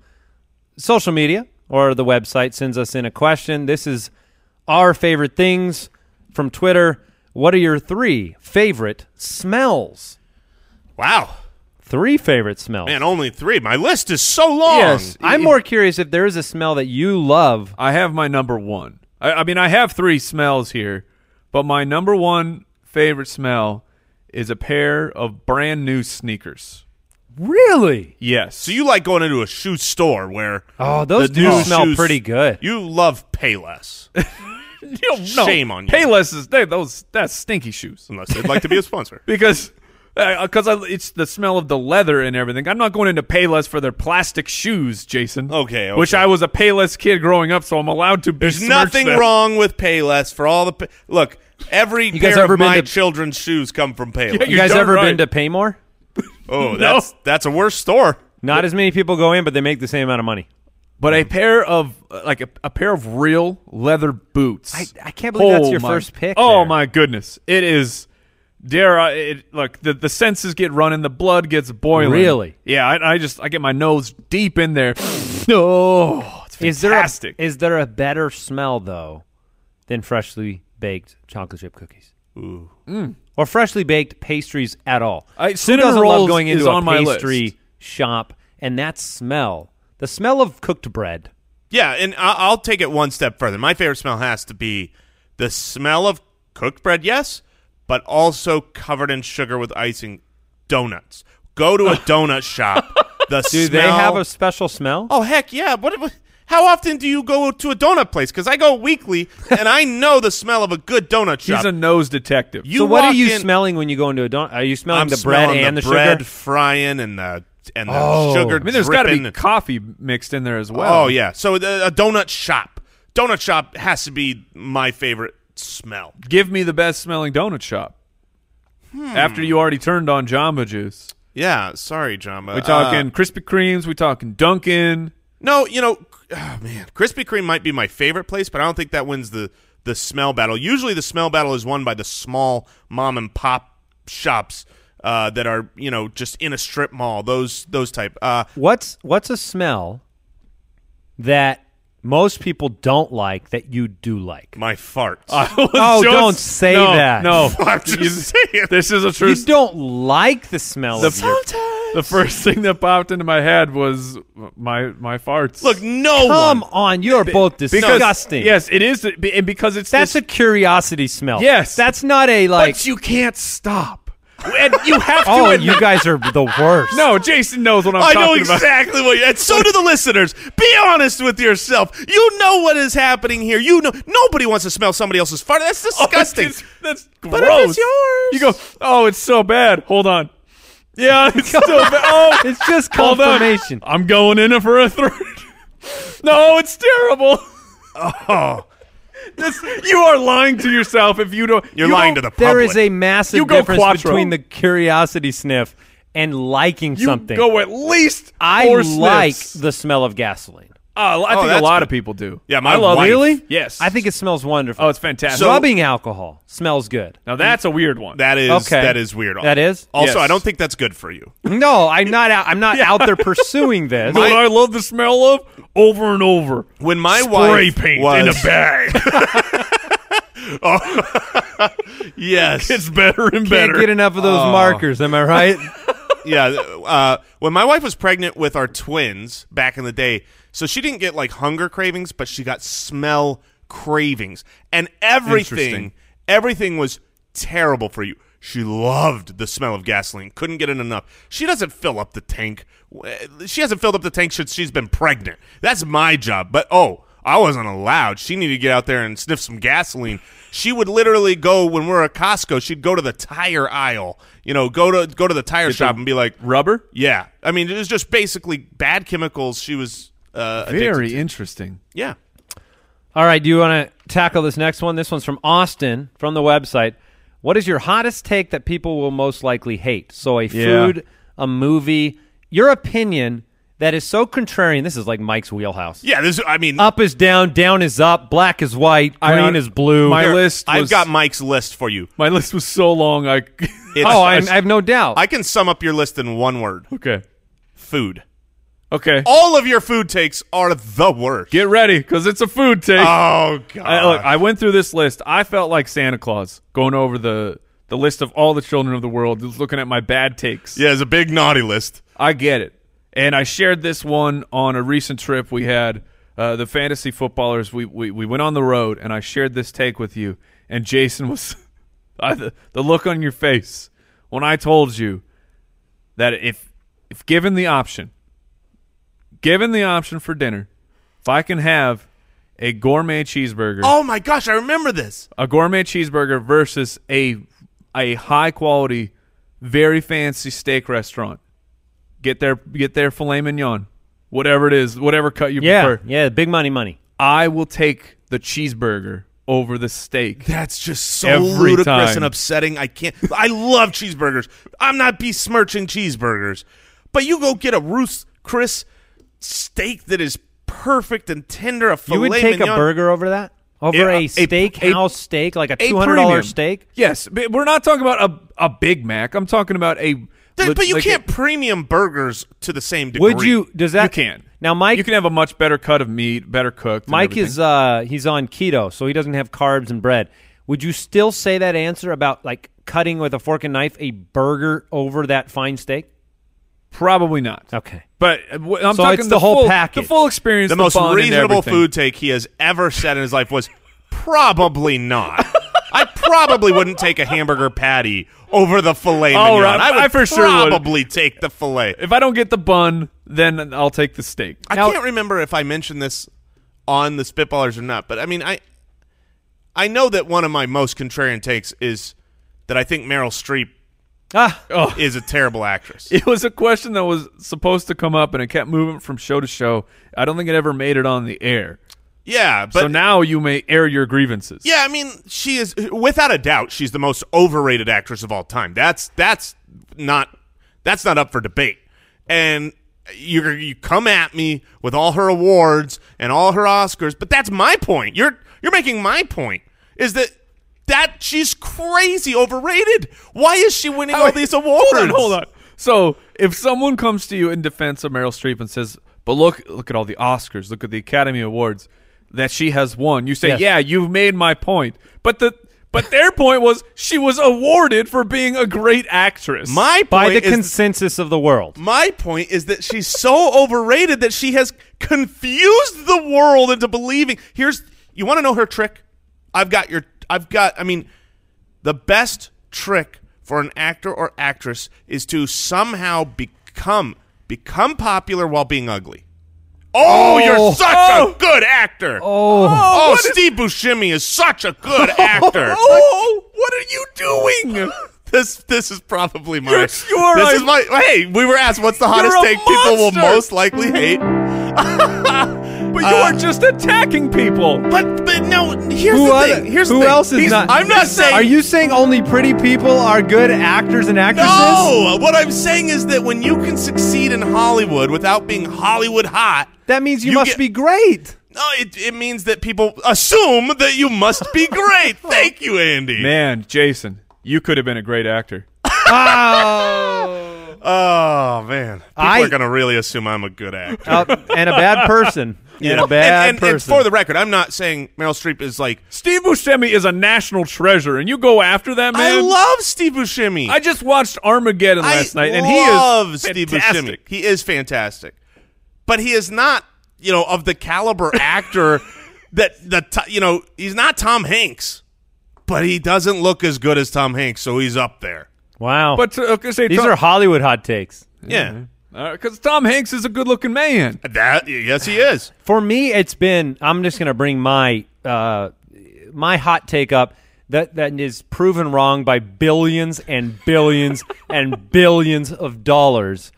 [SPEAKER 2] social media or the website sends us in a question. This is our favorite things from Twitter. What are your three favorite smells?
[SPEAKER 4] Wow,
[SPEAKER 2] Three favorite smells.
[SPEAKER 4] man, only three. My list is so long.
[SPEAKER 3] Yes.
[SPEAKER 2] I'm more curious if there is a smell that you love.
[SPEAKER 3] I have my number one. I, I mean, I have three smells here, but my number one favorite smell is a pair of brand new sneakers.
[SPEAKER 2] Really?
[SPEAKER 3] Yes.
[SPEAKER 4] So you like going into a shoe store where
[SPEAKER 2] Oh, those
[SPEAKER 4] the
[SPEAKER 2] do
[SPEAKER 4] new
[SPEAKER 2] smell
[SPEAKER 4] shoes-
[SPEAKER 2] pretty good.
[SPEAKER 4] You love Payless,
[SPEAKER 3] no,
[SPEAKER 4] shame on you.
[SPEAKER 3] Payless is they, those that's stinky shoes
[SPEAKER 4] unless they'd like to be a sponsor.
[SPEAKER 3] because because I it's the smell of the leather and everything. I'm not going into Payless for their plastic shoes, Jason.
[SPEAKER 4] Okay, okay.
[SPEAKER 3] Which I was a Payless kid growing up, so I'm allowed to.
[SPEAKER 4] There's
[SPEAKER 3] besmirch
[SPEAKER 4] nothing
[SPEAKER 3] them.
[SPEAKER 4] wrong with Payless for all the pa- look. Every
[SPEAKER 2] guys
[SPEAKER 4] pair
[SPEAKER 2] ever
[SPEAKER 4] of
[SPEAKER 2] been
[SPEAKER 4] my
[SPEAKER 2] to-
[SPEAKER 4] children's shoes come from Payless.
[SPEAKER 3] Yeah,
[SPEAKER 2] You
[SPEAKER 3] You're
[SPEAKER 2] guys
[SPEAKER 3] darn
[SPEAKER 2] ever
[SPEAKER 3] right.
[SPEAKER 2] been to Paymore?
[SPEAKER 4] Oh, that's that's a worse store.
[SPEAKER 2] Not as many people go in, but they make the same amount of money.
[SPEAKER 3] But a pair of uh, like a, a pair of real leather boots.
[SPEAKER 2] I- I can't believe that's your
[SPEAKER 3] my-
[SPEAKER 2] first pick
[SPEAKER 3] Oh
[SPEAKER 2] there.
[SPEAKER 3] my goodness, it is. Dare I? It, look, the the senses get running, the blood gets boiling.
[SPEAKER 2] Really?
[SPEAKER 3] Yeah. I, I just I get my nose deep in there. oh, it's
[SPEAKER 2] Is there a,
[SPEAKER 3] fantastic.
[SPEAKER 2] is there a better smell though than freshly baked chocolate chip cookies? Ooh. Or freshly baked pastries at all?
[SPEAKER 3] I-
[SPEAKER 2] Who
[SPEAKER 3] cinnamon
[SPEAKER 2] doesn't love
[SPEAKER 3] rolls
[SPEAKER 2] going
[SPEAKER 3] is
[SPEAKER 2] into a
[SPEAKER 3] on my
[SPEAKER 2] pastry
[SPEAKER 3] list.
[SPEAKER 2] shop and that smell, the smell of cooked bread?
[SPEAKER 4] Yeah, and I- I'll take it one step further. My favorite smell has to be the smell of cooked bread, yes, but also covered in sugar with icing donuts. Go to a donut shop. The
[SPEAKER 2] Do
[SPEAKER 4] smell.
[SPEAKER 2] they have a special smell?
[SPEAKER 4] oh heck yeah! What? what- How often do you go to a donut place? Because I go weekly, and I know the smell of a good donut
[SPEAKER 3] He's
[SPEAKER 4] shop.
[SPEAKER 3] a nose detective.
[SPEAKER 4] you
[SPEAKER 2] so what are
[SPEAKER 4] walk
[SPEAKER 2] you
[SPEAKER 4] in-
[SPEAKER 2] smelling when you go into a donut? Are you smelling
[SPEAKER 4] I'm
[SPEAKER 2] the bread
[SPEAKER 4] smelling
[SPEAKER 2] and the,
[SPEAKER 4] bread
[SPEAKER 2] sugar?
[SPEAKER 4] frying and the and the
[SPEAKER 2] Oh.
[SPEAKER 4] sugar.
[SPEAKER 3] I mean, there's got to be
[SPEAKER 4] dripping.
[SPEAKER 3] coffee mixed in there as well.
[SPEAKER 4] Oh yeah, so the, a donut shop. Donut shop has to be my favorite smell.
[SPEAKER 3] Give me the best smelling donut shop.
[SPEAKER 4] Hmm.
[SPEAKER 3] After you already turned on Jamba Juice,
[SPEAKER 4] Yeah, sorry, John.
[SPEAKER 3] we
[SPEAKER 4] uh.
[SPEAKER 3] talking Krispy Kremes, we talking Dunkin'.
[SPEAKER 4] no, you know, oh, man, Krispy Kreme might be my favorite place, but I don't think that wins the the smell battle. Usually, the smell battle is won by the small mom and pop shops uh, that are you know just in a strip mall. Those those type. Uh,
[SPEAKER 2] What's what's a smell that most people don't like that you do like?
[SPEAKER 4] my farts.
[SPEAKER 2] Oh, don't say
[SPEAKER 3] no,
[SPEAKER 2] that.
[SPEAKER 3] No,
[SPEAKER 4] I'm just saying.
[SPEAKER 3] this is a true.
[SPEAKER 2] You don't like the smell
[SPEAKER 3] The-
[SPEAKER 2] of your
[SPEAKER 3] the first thing that popped into my head was my my farts.
[SPEAKER 4] Look, no
[SPEAKER 2] Come
[SPEAKER 4] one.
[SPEAKER 2] on, you are both
[SPEAKER 3] Because-
[SPEAKER 2] disgusting.
[SPEAKER 3] Yes, it is, and because it's
[SPEAKER 2] that's
[SPEAKER 3] this-
[SPEAKER 2] a curiosity smell.
[SPEAKER 3] Yes.
[SPEAKER 2] that's not a like.
[SPEAKER 3] but you can't stop, and you have to.
[SPEAKER 2] oh,
[SPEAKER 3] admit-
[SPEAKER 2] you guys are the worst.
[SPEAKER 3] no, Jason knows what I'm
[SPEAKER 4] I
[SPEAKER 3] talking
[SPEAKER 4] know
[SPEAKER 3] about.
[SPEAKER 4] exactly what you and so do the listeners. Be honest with yourself. You know what is happening here. You know nobody wants to smell somebody else's fart. That's
[SPEAKER 2] Oh,
[SPEAKER 4] disgusting.
[SPEAKER 3] It's- that's
[SPEAKER 4] if
[SPEAKER 3] gross.
[SPEAKER 4] it's yours-
[SPEAKER 3] You go, oh, it's so bad. Hold on. Yeah, it's so bad. Oh,
[SPEAKER 2] it's just
[SPEAKER 3] hold on.
[SPEAKER 2] confirmation.
[SPEAKER 3] I'm going in for a third. no, it's terrible. Oh. This, you are lying to yourself if you don't.
[SPEAKER 4] You're
[SPEAKER 3] you
[SPEAKER 4] lying to
[SPEAKER 3] don't-
[SPEAKER 4] the public.
[SPEAKER 2] There is a massive
[SPEAKER 3] You go
[SPEAKER 2] difference
[SPEAKER 3] quattro.
[SPEAKER 2] between the curiosity sniff and liking
[SPEAKER 3] you
[SPEAKER 2] something.
[SPEAKER 3] Go at least.
[SPEAKER 2] I
[SPEAKER 3] four
[SPEAKER 2] like
[SPEAKER 3] sniffs.
[SPEAKER 2] the smell of gasoline. Oh,
[SPEAKER 3] Uh, I
[SPEAKER 4] Oh,
[SPEAKER 3] think a
[SPEAKER 4] that's
[SPEAKER 3] lot
[SPEAKER 4] good.
[SPEAKER 3] of people do.
[SPEAKER 4] Yeah, my
[SPEAKER 3] I love
[SPEAKER 4] wife-
[SPEAKER 3] it.
[SPEAKER 4] Really?
[SPEAKER 3] Yes.
[SPEAKER 2] I think it smells wonderful.
[SPEAKER 3] Oh, it's fantastic.
[SPEAKER 4] So-
[SPEAKER 2] rubbing alcohol smells good.
[SPEAKER 3] now that's a weird one.
[SPEAKER 4] That is
[SPEAKER 2] Okay.
[SPEAKER 4] that is weird.
[SPEAKER 2] That is?
[SPEAKER 4] Also,
[SPEAKER 3] Yes.
[SPEAKER 4] I don't think that's good for you.
[SPEAKER 2] No, I'm not out. I'm not out there pursuing this.
[SPEAKER 3] You know what I love the smell of over and over.
[SPEAKER 4] When my
[SPEAKER 3] Spray
[SPEAKER 4] wife
[SPEAKER 3] paint
[SPEAKER 4] was
[SPEAKER 3] in a bag.
[SPEAKER 4] yes,
[SPEAKER 3] It's better and
[SPEAKER 2] Can't
[SPEAKER 3] better. Oh.
[SPEAKER 2] get enough of those markers. Am I right?
[SPEAKER 4] yeah. Uh, when my wife was pregnant with our twins back in the day, so she didn't get like hunger cravings, but she got smell cravings, and
[SPEAKER 3] Interesting.
[SPEAKER 4] everything, everything was terrible for you. She loved the smell of gasoline. Couldn't get it enough. She doesn't fill up the tank. She hasn't filled up the tank since she's been pregnant. That's my job. But oh, I wasn't allowed. She needed to get out there and sniff some gasoline. She would literally go when we're at Costco. She'd go to the tire aisle. You know, go to go to the tire shop and be like,
[SPEAKER 3] Rubber?
[SPEAKER 4] yeah. I mean, it was just basically bad chemicals. She was uh, addicted
[SPEAKER 3] Very
[SPEAKER 4] to.
[SPEAKER 3] interesting.
[SPEAKER 4] yeah.
[SPEAKER 2] All right. Do you want to tackle this next one? This one's from Austin from the website. What is your hottest take that people will most likely hate? So a
[SPEAKER 3] Yeah.
[SPEAKER 2] food, a movie, your opinion that is so contrarian. This is like Mike's wheelhouse.
[SPEAKER 4] Yeah, this. I
[SPEAKER 3] Uh,
[SPEAKER 4] mean,
[SPEAKER 2] Up is down, down is up, black is white,
[SPEAKER 3] I-
[SPEAKER 2] green is blue.
[SPEAKER 3] my
[SPEAKER 2] Here-
[SPEAKER 3] list
[SPEAKER 4] I've
[SPEAKER 3] was-
[SPEAKER 4] got Mike's list for you.
[SPEAKER 3] My list was so long. I
[SPEAKER 4] It's,
[SPEAKER 2] Oh, I, I have no doubt.
[SPEAKER 4] I can sum up your list in one word:
[SPEAKER 3] okay.
[SPEAKER 4] food.
[SPEAKER 3] Okay.
[SPEAKER 4] All of your food takes are the worst.
[SPEAKER 3] Get ready because it's a food take.
[SPEAKER 4] oh god.
[SPEAKER 3] I, look, I went through this list. I felt like Santa Claus going over the the list of all the children of the world, just looking at my bad takes.
[SPEAKER 4] yeah, it's a big naughty list.
[SPEAKER 3] I get it. And I shared this one on a recent trip we had. Uh, the fantasy footballers, we, we we went on the road, and I shared this take with you. And Jason was, I, the, the look on your face when I told you that if if given the option, given the option for dinner, if I can have a gourmet cheeseburger,
[SPEAKER 4] Oh my gosh, I remember this.
[SPEAKER 3] a gourmet cheeseburger versus a a high quality, very fancy steak restaurant. Get their get their filet mignon, whatever it is, whatever cut you
[SPEAKER 2] yeah,
[SPEAKER 3] prefer.
[SPEAKER 2] yeah, big money, money.
[SPEAKER 3] I will take the cheeseburger over the steak.
[SPEAKER 4] That's just so
[SPEAKER 3] Every
[SPEAKER 4] ludicrous
[SPEAKER 3] time.
[SPEAKER 4] and upsetting. I can't. I love cheeseburgers. I'm not besmirching cheeseburgers, but you go get a Ruth's Chris steak that is perfect and tender. A filet
[SPEAKER 2] you would take
[SPEAKER 4] mignon.
[SPEAKER 2] a burger over that, over
[SPEAKER 4] Yeah,
[SPEAKER 2] a
[SPEAKER 4] a- a-
[SPEAKER 2] steakhouse steak, like a
[SPEAKER 3] A
[SPEAKER 2] two hundred
[SPEAKER 3] premium.
[SPEAKER 2] dollars steak.
[SPEAKER 3] Yes, but we're not talking about a a Big Mac. I'm talking about a.
[SPEAKER 4] Th-
[SPEAKER 3] lit-
[SPEAKER 4] but you
[SPEAKER 3] like a-
[SPEAKER 4] can't premium burgers to the same degree.
[SPEAKER 2] Would you? Does that?
[SPEAKER 3] you can
[SPEAKER 2] Now, Mike,
[SPEAKER 3] You can have a much better cut of meat, better cooked. and
[SPEAKER 2] Mike
[SPEAKER 3] everything.
[SPEAKER 2] is uh, he's on keto, so he doesn't have carbs and bread. Would you still say that answer about like cutting with a fork and knife a burger over that fine steak?
[SPEAKER 3] probably not.
[SPEAKER 2] Okay.
[SPEAKER 3] But uh, w- I'm
[SPEAKER 2] So
[SPEAKER 3] talking
[SPEAKER 2] it's the whole
[SPEAKER 3] full,
[SPEAKER 2] package.
[SPEAKER 3] the full experience,
[SPEAKER 4] The, most
[SPEAKER 3] fun and
[SPEAKER 4] reasonable
[SPEAKER 3] everything.
[SPEAKER 4] food take he has ever said in his life was probably not. I probably wouldn't take a hamburger patty over the filet
[SPEAKER 3] Oh,
[SPEAKER 4] mignon.
[SPEAKER 3] right.
[SPEAKER 4] I would
[SPEAKER 3] I for sure would.
[SPEAKER 4] probably take the filet.
[SPEAKER 3] If I don't get the bun, then I'll take the steak.
[SPEAKER 4] I
[SPEAKER 2] Now-
[SPEAKER 4] can't remember if I mentioned this on the Spitballers or not, but I mean, I I know that one of my most contrarian takes is that I think Meryl Streep
[SPEAKER 2] Ah,
[SPEAKER 4] is a terrible actress.
[SPEAKER 3] oh, It was a question that was supposed to come up, and it kept moving from show to show. I don't think it ever made it on the air.
[SPEAKER 4] Yeah, but
[SPEAKER 3] so now you may air your grievances.
[SPEAKER 4] yeah, I mean, she is without a doubt she's the most overrated actress of all time. That's that's not that's not up for debate. And you you come at me with all her awards and all her Oscars, but that's my point. You're you're making my point is that that she's crazy overrated. Why is she winning all these awards?
[SPEAKER 3] Hold on, hold on. So if someone comes to you in defense of Meryl Streep and says, "But look, look at all the Oscars, look at the Academy Awards that she has won," you say,
[SPEAKER 2] Yes.
[SPEAKER 3] "Yeah, you've made my point." But the But their point was she was awarded for being a great actress.
[SPEAKER 4] My point
[SPEAKER 2] by the
[SPEAKER 4] is
[SPEAKER 2] consensus of the world.
[SPEAKER 4] my point is that she's so overrated that she has confused the world into believing. Here's you want to know her trick? I've got your I've got I mean the best trick for an actor or actress is to somehow become become popular while being ugly. Oh, you're such a good actor. Oh, Steve Buscemi is such a good actor.
[SPEAKER 3] oh, what are you doing?
[SPEAKER 4] This this is probably my.
[SPEAKER 3] You're- you are
[SPEAKER 4] this
[SPEAKER 3] a-
[SPEAKER 4] is my. Hey, we were asked what's the hottest
[SPEAKER 3] You're a
[SPEAKER 4] take people will
[SPEAKER 3] monster.
[SPEAKER 4] most likely hate.
[SPEAKER 3] But you are just attacking people.
[SPEAKER 4] But but no, here's Uh, the
[SPEAKER 2] other-
[SPEAKER 4] thing. Here's
[SPEAKER 2] who
[SPEAKER 4] the thing.
[SPEAKER 2] else is
[SPEAKER 4] He's-
[SPEAKER 2] not?
[SPEAKER 4] I'm not saying.
[SPEAKER 2] Are you saying only pretty people are good actors and actresses?
[SPEAKER 4] No, what I'm saying is that when you can succeed in Hollywood without being Hollywood hot,
[SPEAKER 2] That means you,
[SPEAKER 4] You
[SPEAKER 2] must
[SPEAKER 4] get-
[SPEAKER 2] be great.
[SPEAKER 4] no, it, it means that people assume that you must be great. Thank you, Andy.
[SPEAKER 3] Man, Jason, you could have been a great actor.
[SPEAKER 4] Oh man, people
[SPEAKER 2] I-
[SPEAKER 4] are gonna really assume I'm a good actor.
[SPEAKER 2] Uh, and a bad person. And a bad
[SPEAKER 4] and, and,
[SPEAKER 2] person.
[SPEAKER 4] and for the record, I'm not saying Meryl Streep is like.
[SPEAKER 3] Steve Buscemi is a national treasure, and you go after that man.
[SPEAKER 4] I love Steve Buscemi.
[SPEAKER 3] I just watched Armageddon
[SPEAKER 4] I
[SPEAKER 3] last night, and he is
[SPEAKER 4] love Steve Buscemi.
[SPEAKER 3] fantastic.
[SPEAKER 4] He is fantastic, but he is not, you know, of the caliber actor that the t- you know he's not Tom Hanks, but he doesn't look as good as Tom Hanks, so he's up there.
[SPEAKER 2] wow.
[SPEAKER 3] But to, okay, say
[SPEAKER 2] These are Hollywood hot takes.
[SPEAKER 4] Yeah,
[SPEAKER 3] because Tom Hanks is a good-looking man.
[SPEAKER 4] Mm-hmm. that yes he is.
[SPEAKER 2] For me, it's been. I'm just going to bring my uh, my hot take up that that is proven wrong by billions and billions and billions of dollars,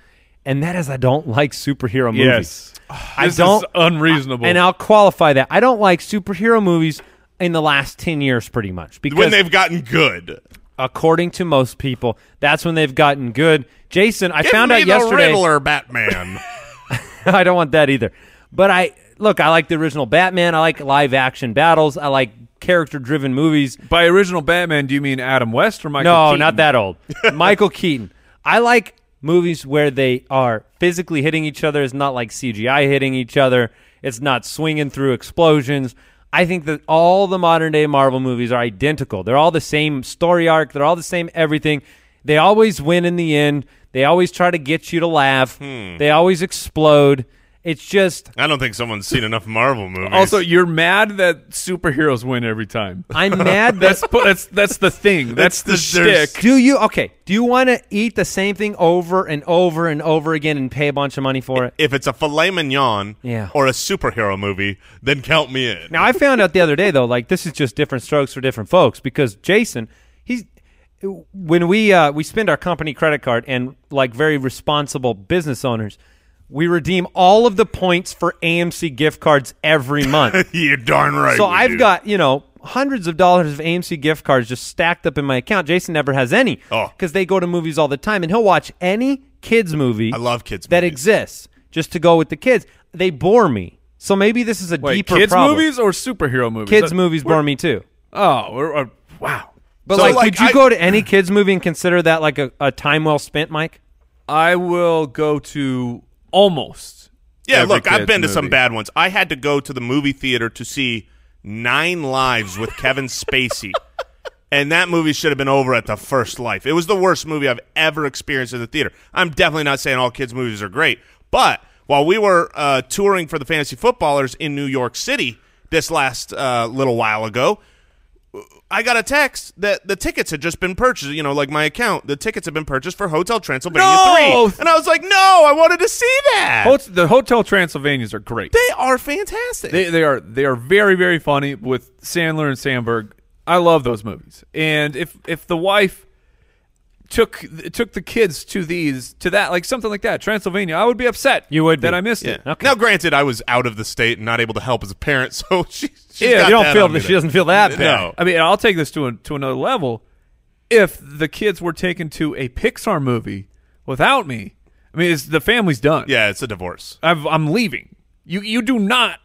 [SPEAKER 2] and that is I don't like superhero movies.
[SPEAKER 3] Yes.
[SPEAKER 2] I
[SPEAKER 3] This is
[SPEAKER 2] don't
[SPEAKER 3] unreasonable.
[SPEAKER 2] and I'll qualify that I don't like superhero movies in the last ten years, pretty much. Because
[SPEAKER 4] When they've gotten good,
[SPEAKER 2] according to most people, that's when they've gotten good. Jason, I
[SPEAKER 4] Give
[SPEAKER 2] found
[SPEAKER 4] me
[SPEAKER 2] out
[SPEAKER 4] the
[SPEAKER 2] yesterday.
[SPEAKER 4] Riddler Batman.
[SPEAKER 2] I don't want that either. But I look, I like the original Batman. I like live action battles. I like character driven movies.
[SPEAKER 3] By original Batman, do you mean Adam West or Michael?
[SPEAKER 2] No,
[SPEAKER 3] Keaton?
[SPEAKER 2] not that old. Michael Keaton. I like movies where they are physically hitting each other. It's not like CGI hitting each other. It's not swinging through explosions. I think that all the modern day Marvel movies are identical. They're all the same story arc. They're all the same everything. They always win in the end. They always try to get you to laugh.
[SPEAKER 3] Hmm.
[SPEAKER 2] They always explode. It's just
[SPEAKER 4] I don't think someone's seen enough Marvel movies.
[SPEAKER 3] Also, you're mad that superheroes win every time.
[SPEAKER 2] I'm mad that
[SPEAKER 3] That's pu- that's that's the thing. That's, the
[SPEAKER 4] That's the- there's-
[SPEAKER 3] shtick.
[SPEAKER 2] Do you okay? Do you want to eat the same thing over and over and over again and pay a bunch of money for it?
[SPEAKER 4] if it's a filet mignon
[SPEAKER 2] Yeah.
[SPEAKER 4] or a superhero movie, then count me in.
[SPEAKER 2] Now I found out the other day though, like this is just different strokes for different folks because Jason, he's when we uh, we spend our company credit card and like very responsible business owners, we redeem all of the points for AMC gift cards every month.
[SPEAKER 4] You're darn right.
[SPEAKER 2] so
[SPEAKER 4] we
[SPEAKER 2] I've
[SPEAKER 4] do.
[SPEAKER 2] got you know hundreds of dollars of AMC gift cards just stacked up in my account. Jason never has any
[SPEAKER 4] Oh.
[SPEAKER 2] because they go to movies all the time and he'll watch any kids movie.
[SPEAKER 4] I love kids
[SPEAKER 2] that
[SPEAKER 4] movies.
[SPEAKER 2] exists just to go with the kids. They bore me. So maybe this is a
[SPEAKER 3] Wait,
[SPEAKER 2] deeper
[SPEAKER 3] kids
[SPEAKER 2] problem.
[SPEAKER 3] movies or superhero movies?
[SPEAKER 2] kids
[SPEAKER 3] Uh,
[SPEAKER 2] movies bore me too.
[SPEAKER 3] Oh, we're, uh, wow.
[SPEAKER 2] But
[SPEAKER 4] So,
[SPEAKER 2] like,
[SPEAKER 4] like,
[SPEAKER 2] would you
[SPEAKER 4] I-
[SPEAKER 2] go to any kids movie and consider that like a, a time well spent, Mike?
[SPEAKER 3] I will go to almost.
[SPEAKER 4] Yeah,
[SPEAKER 3] every
[SPEAKER 4] look, I've
[SPEAKER 3] kid's
[SPEAKER 4] been to some
[SPEAKER 3] movie.
[SPEAKER 4] bad ones. I had to go to the movie theater to see Nine Lives with Kevin Spacey. And that movie should have been over at the first life. It was the worst movie I've ever experienced in the theater. I'm definitely not saying all kids' movies are great, but while we were uh, touring for the fantasy footballers in New York City this last uh, little while ago, I got a text that the tickets had just been purchased. You know, like my account, the tickets had been purchased for Hotel Transylvania
[SPEAKER 3] No!
[SPEAKER 4] 3. And I was like, no, I wanted to see that.
[SPEAKER 3] Hot- the Hotel Transylvanias are great.
[SPEAKER 4] They are fantastic.
[SPEAKER 3] They, they are they are very very funny with Sandler and Sandberg. I love those movies. And if if the wife took took the kids to these to that like something like that Transylvania, I would be upset.
[SPEAKER 2] You would
[SPEAKER 3] that
[SPEAKER 2] be.
[SPEAKER 3] I missed
[SPEAKER 4] yeah.
[SPEAKER 3] it.
[SPEAKER 4] Now, granted, I was out of the state and not able to help as a parent, so she. she's
[SPEAKER 3] Yeah,
[SPEAKER 4] got
[SPEAKER 2] you don't
[SPEAKER 4] that
[SPEAKER 2] feel
[SPEAKER 4] on me
[SPEAKER 2] she
[SPEAKER 4] there.
[SPEAKER 2] doesn't feel that bad.
[SPEAKER 4] No.
[SPEAKER 3] I mean, I'll take this to a, to another level. If the kids were taken to a Pixar movie without me, I mean, it's, the family's done.
[SPEAKER 4] Yeah, it's a divorce.
[SPEAKER 3] I've, I'm leaving. You you do not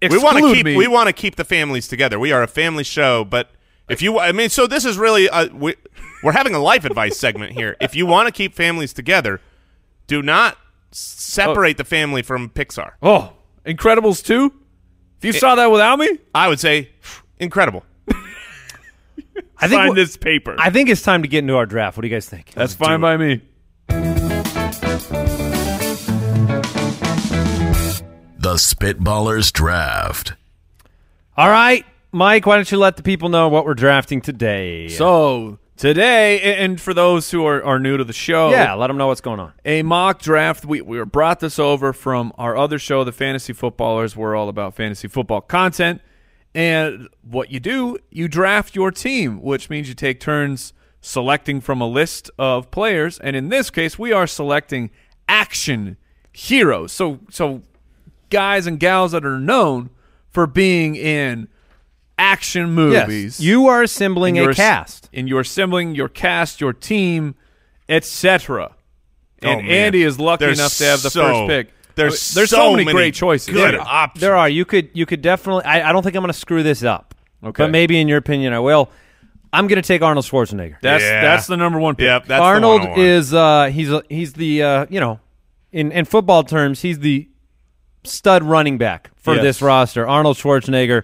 [SPEAKER 4] We
[SPEAKER 3] exclude
[SPEAKER 4] want to keep.
[SPEAKER 3] me.
[SPEAKER 4] We want to keep the families together. We are a family show, but if you, I mean, so this is really uh we, we're having a life advice segment here. If you want to keep families together, do not s- separate the family from Pixar.
[SPEAKER 3] oh, Incredibles two. If you saw that without me,
[SPEAKER 4] I would say incredible.
[SPEAKER 2] I
[SPEAKER 3] Sign
[SPEAKER 2] wh-
[SPEAKER 3] this paper.
[SPEAKER 2] I think it's time to get into our draft. What do you guys think?
[SPEAKER 3] That's fine by me.
[SPEAKER 1] The Spitballers Draft.
[SPEAKER 2] All right, Mike. Why don't you let the people know what we're drafting today?
[SPEAKER 3] So today, a- and for those who are, are new to the show,
[SPEAKER 2] yeah, let them know what's going on.
[SPEAKER 3] a mock draft. We, we were brought this over from our other show, The Fantasy Footballers. We're all about fantasy football content. And what you do, you draft your team, which means you take turns selecting from a list of players. And in this case, we are selecting action heroes. So, so guys and gals that are known for being in action movies.
[SPEAKER 2] you are assembling
[SPEAKER 3] And
[SPEAKER 2] a
[SPEAKER 3] you're-
[SPEAKER 2] cast.
[SPEAKER 3] and you're assembling your cast, your team, etc. And
[SPEAKER 4] Oh, man.
[SPEAKER 3] Andy is lucky
[SPEAKER 4] There's
[SPEAKER 3] enough to have the
[SPEAKER 4] so-
[SPEAKER 3] first pick.
[SPEAKER 4] There's,
[SPEAKER 3] there's so, many, great choices.
[SPEAKER 4] Good
[SPEAKER 3] Yeah.
[SPEAKER 4] options.
[SPEAKER 2] There are. You could you could definitely. I, I don't think I'm going to screw this up.
[SPEAKER 3] Okay.
[SPEAKER 2] But maybe in your opinion, I will. I'm going to take Arnold Schwarzenegger.
[SPEAKER 3] That's
[SPEAKER 4] Yeah.
[SPEAKER 3] that's the number one pick.
[SPEAKER 4] Yep, that's the one I
[SPEAKER 2] Arnold
[SPEAKER 4] want.
[SPEAKER 2] is uh, he's a- he's the uh, you know in in football terms he's the stud running back for
[SPEAKER 3] Yes.
[SPEAKER 2] this roster. Arnold Schwarzenegger,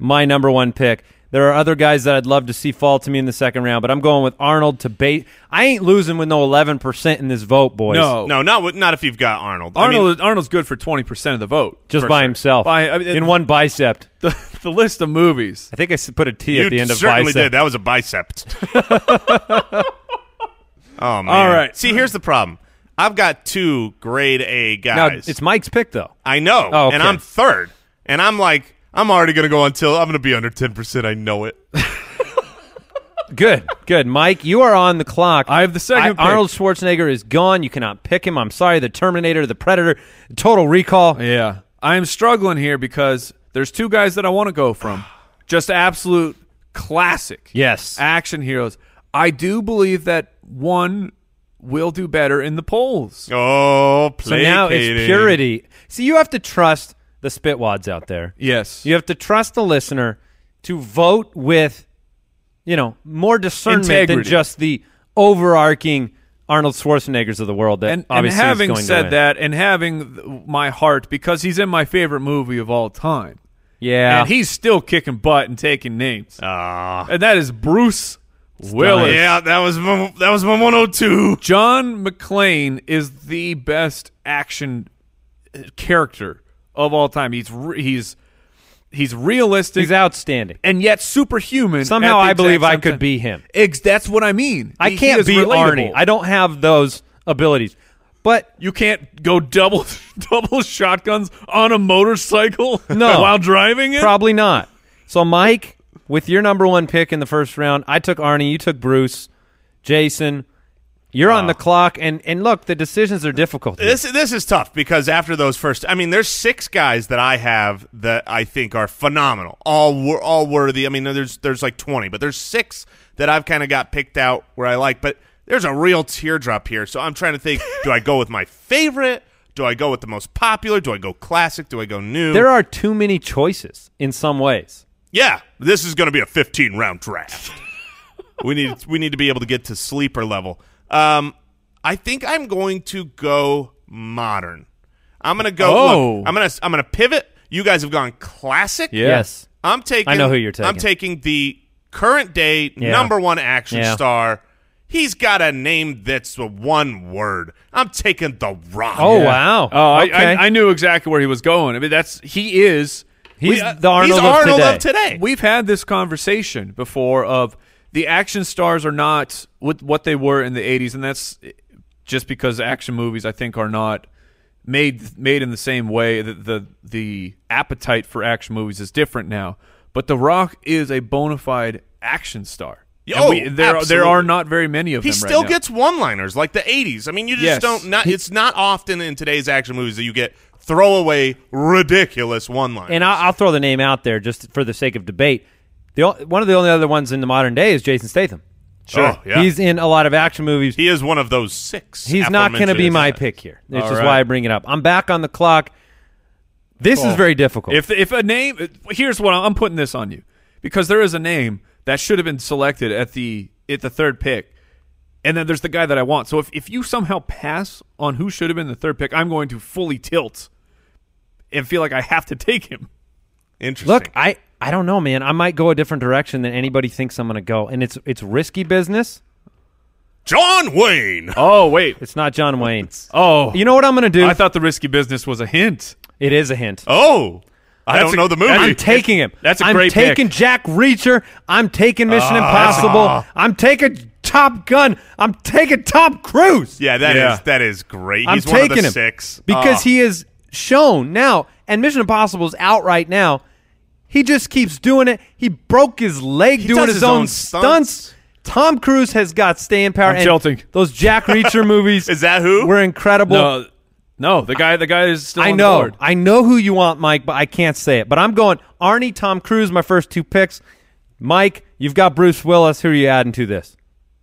[SPEAKER 2] my number one pick. There are other guys that I'd love to see fall to me in the second round, but I'm going with Arnold to bait. I ain't losing with no 11 percent in this vote, boys.
[SPEAKER 3] No,
[SPEAKER 4] No, not with- not if you've got Arnold. I mean,
[SPEAKER 3] Arnold Arnold's good for twenty percent of the vote,
[SPEAKER 2] just
[SPEAKER 3] for
[SPEAKER 2] by
[SPEAKER 3] sure.
[SPEAKER 2] himself
[SPEAKER 3] By- I mean,
[SPEAKER 2] in one bicep.
[SPEAKER 3] the, the list of movies.
[SPEAKER 2] I think I s- put a T
[SPEAKER 4] you
[SPEAKER 2] at the end of
[SPEAKER 4] certainly
[SPEAKER 2] bicep.
[SPEAKER 4] did. That was a bicep. oh man!
[SPEAKER 3] All right.
[SPEAKER 4] See, here's the problem. I've got two grade A
[SPEAKER 2] Now
[SPEAKER 4] guys.
[SPEAKER 2] it's Mike's pick though.
[SPEAKER 4] I know,
[SPEAKER 2] Oh, okay.
[SPEAKER 4] and I'm third, and I'm like, I'm already gonna go until I'm gonna be under ten percent. I know it.
[SPEAKER 2] Good, good, Mike. You are on the clock.
[SPEAKER 3] I have the second pick.
[SPEAKER 2] Arnold Schwarzenegger is gone. You cannot pick him. I'm sorry. The Terminator, the Predator, Total Recall.
[SPEAKER 3] Yeah, I am struggling here because there's two guys that I want to go from, just absolute classic.
[SPEAKER 2] Yes.
[SPEAKER 3] action heroes. I do believe that one will do better in the polls.
[SPEAKER 4] Oh,
[SPEAKER 2] So now
[SPEAKER 4] placating.
[SPEAKER 2] it's purity. See, you have to trust the spitwads out there.
[SPEAKER 3] Yes.
[SPEAKER 2] You have to trust the listener to vote with, you know, more discernment than
[SPEAKER 3] Integrity.
[SPEAKER 2] just the overarching Arnold Schwarzeneggers of the world. That
[SPEAKER 3] and, and
[SPEAKER 2] obviously is
[SPEAKER 3] having
[SPEAKER 2] going to
[SPEAKER 3] said
[SPEAKER 2] win.
[SPEAKER 3] that, and having th- my heart because he's in my favorite movie of all time,
[SPEAKER 2] yeah,
[SPEAKER 3] and he's still kicking butt and taking names,
[SPEAKER 4] Ah.
[SPEAKER 3] and that is Bruce Willis.
[SPEAKER 4] yeah, that was my, that was oh my 102.
[SPEAKER 3] John McClane is the best action uh, character of all time. He's re- he's he's realistic
[SPEAKER 2] he's outstanding.
[SPEAKER 3] and yet superhuman.
[SPEAKER 2] Somehow
[SPEAKER 3] at the
[SPEAKER 2] I believe
[SPEAKER 3] exact
[SPEAKER 2] I
[SPEAKER 3] same
[SPEAKER 2] could
[SPEAKER 3] time.
[SPEAKER 2] be him.
[SPEAKER 3] Ex- that's what I mean.
[SPEAKER 2] I
[SPEAKER 3] He- he
[SPEAKER 2] can't
[SPEAKER 3] is
[SPEAKER 2] be
[SPEAKER 3] relatable.
[SPEAKER 2] Arnie. I don't have those abilities. But
[SPEAKER 3] you can't go double double shotguns on a motorcycle
[SPEAKER 2] No.
[SPEAKER 3] while driving it.
[SPEAKER 2] probably not. So, Mike, with your number one pick in the first round, I took Arnie. You took Bruce. Jason, you're on the clock. And and look, the decisions are difficult. here.
[SPEAKER 4] This this is tough because after those first, I mean, there's six guys that I have that I think are phenomenal, all wor- all worthy. I mean, there's there's like 20, but there's six that I've kind of got picked out where I like. But there's a real teardrop here, so I'm trying to think: do I go with my favorite? Do I go with the most popular? Do I go classic? Do I go new?
[SPEAKER 2] there are too many choices in some ways.
[SPEAKER 4] yeah, this is going to be a 15 round draft. we need we need to be able to get to sleeper level. Um, I think I'm going to go modern. I'm gonna go.
[SPEAKER 3] Oh.
[SPEAKER 4] look, I'm gonna I'm gonna pivot. You guys have gone classic.
[SPEAKER 3] Yeah.
[SPEAKER 2] Yes.
[SPEAKER 4] I'm taking.
[SPEAKER 2] I know who you're
[SPEAKER 4] I'm taking the current day
[SPEAKER 2] Yeah.
[SPEAKER 4] number one action
[SPEAKER 2] Yeah.
[SPEAKER 4] star. He's got a name that's the one word. I'm taking the Rock.
[SPEAKER 2] Oh, wow.
[SPEAKER 3] Oh, I-
[SPEAKER 2] okay.
[SPEAKER 3] I, I, knew exactly where he was going. I mean, that's he is.
[SPEAKER 2] he's
[SPEAKER 3] we- uh,
[SPEAKER 2] the Arnold,
[SPEAKER 4] he's
[SPEAKER 2] of,
[SPEAKER 4] Arnold
[SPEAKER 2] today.
[SPEAKER 4] of today.
[SPEAKER 3] We've had this conversation before of the action stars are not what what they were in the 80s and that's just because action movies I think are not made made in the same way that the the appetite for action movies is different now but The Rock is a bona fide action star. And
[SPEAKER 4] Oh,
[SPEAKER 3] there are, there are
[SPEAKER 4] absolutely.
[SPEAKER 3] not very many of
[SPEAKER 4] He
[SPEAKER 3] them right
[SPEAKER 4] still
[SPEAKER 3] now.
[SPEAKER 4] gets one-liners like the '80s. I mean, you just
[SPEAKER 3] Yes.
[SPEAKER 4] don't. Not it's not often in today's action movies that you get throwaway, ridiculous one-liners.
[SPEAKER 2] and I'll, I'll throw the name out there just for the sake of debate. The, o- one of the only other ones in the modern day is Jason Statham.
[SPEAKER 4] sure,
[SPEAKER 3] Oh,
[SPEAKER 4] yeah.
[SPEAKER 2] He's in a lot of action movies.
[SPEAKER 4] he is one of those six.
[SPEAKER 2] He's not going to
[SPEAKER 4] aforementioned
[SPEAKER 2] be my
[SPEAKER 4] guys.
[SPEAKER 2] pick here, which
[SPEAKER 3] All
[SPEAKER 2] is
[SPEAKER 3] right.
[SPEAKER 2] why I bring it up. I'm back on the clock. This is very difficult.
[SPEAKER 3] If if a name, here's what I'm putting this on you, because there is a name that should have been selected at the at the third pick, and then there's the guy that I want. So if if you somehow pass on who should have been the third pick, I'm going to fully tilt and feel like I have to take him.
[SPEAKER 4] Interesting.
[SPEAKER 2] Look, I I don't know, man. I might go a different direction than anybody thinks I'm going to go, and it's it's risky business.
[SPEAKER 4] John Wayne.
[SPEAKER 3] Oh wait.
[SPEAKER 2] It's not John Wayne.
[SPEAKER 3] Oh,
[SPEAKER 2] You know what I'm going to do?
[SPEAKER 3] I thought the risky business was a hint.
[SPEAKER 2] it is a hint.
[SPEAKER 4] Oh, I
[SPEAKER 3] That's
[SPEAKER 4] don't
[SPEAKER 3] a-
[SPEAKER 4] know the movie.
[SPEAKER 2] I'm taking him.
[SPEAKER 3] That's a
[SPEAKER 2] I'm
[SPEAKER 3] great pick. Ah,
[SPEAKER 2] taking Jack Reacher. I'm taking Mission Impossible. I'm taking Top Gun. I'm taking Tom Cruise.
[SPEAKER 4] yeah, that is
[SPEAKER 3] Yeah.
[SPEAKER 4] that is great.
[SPEAKER 2] I'm
[SPEAKER 4] He's
[SPEAKER 2] taking
[SPEAKER 4] one of the
[SPEAKER 2] him
[SPEAKER 4] six
[SPEAKER 2] because
[SPEAKER 4] Oh.
[SPEAKER 2] he is shown now, and Mission Impossible is out right now. He just keeps doing it. He broke his leg
[SPEAKER 4] He
[SPEAKER 2] doing
[SPEAKER 4] does
[SPEAKER 2] his,
[SPEAKER 4] his
[SPEAKER 2] own
[SPEAKER 4] own
[SPEAKER 2] stunts.
[SPEAKER 4] stunts.
[SPEAKER 2] Tom Cruise has got staying power.
[SPEAKER 3] I'm
[SPEAKER 2] and
[SPEAKER 3] jolting.
[SPEAKER 2] Those Jack Reacher movies
[SPEAKER 4] Is that who?
[SPEAKER 2] were incredible.
[SPEAKER 3] No, no. The guy, the guy is still
[SPEAKER 2] I
[SPEAKER 3] on
[SPEAKER 2] know,
[SPEAKER 3] board.
[SPEAKER 2] I know who you want, Mike, but I can't say it. But I'm going Arnie, Tom Cruise, my first two picks. Mike, you've got Bruce Willis. Who are you adding to this?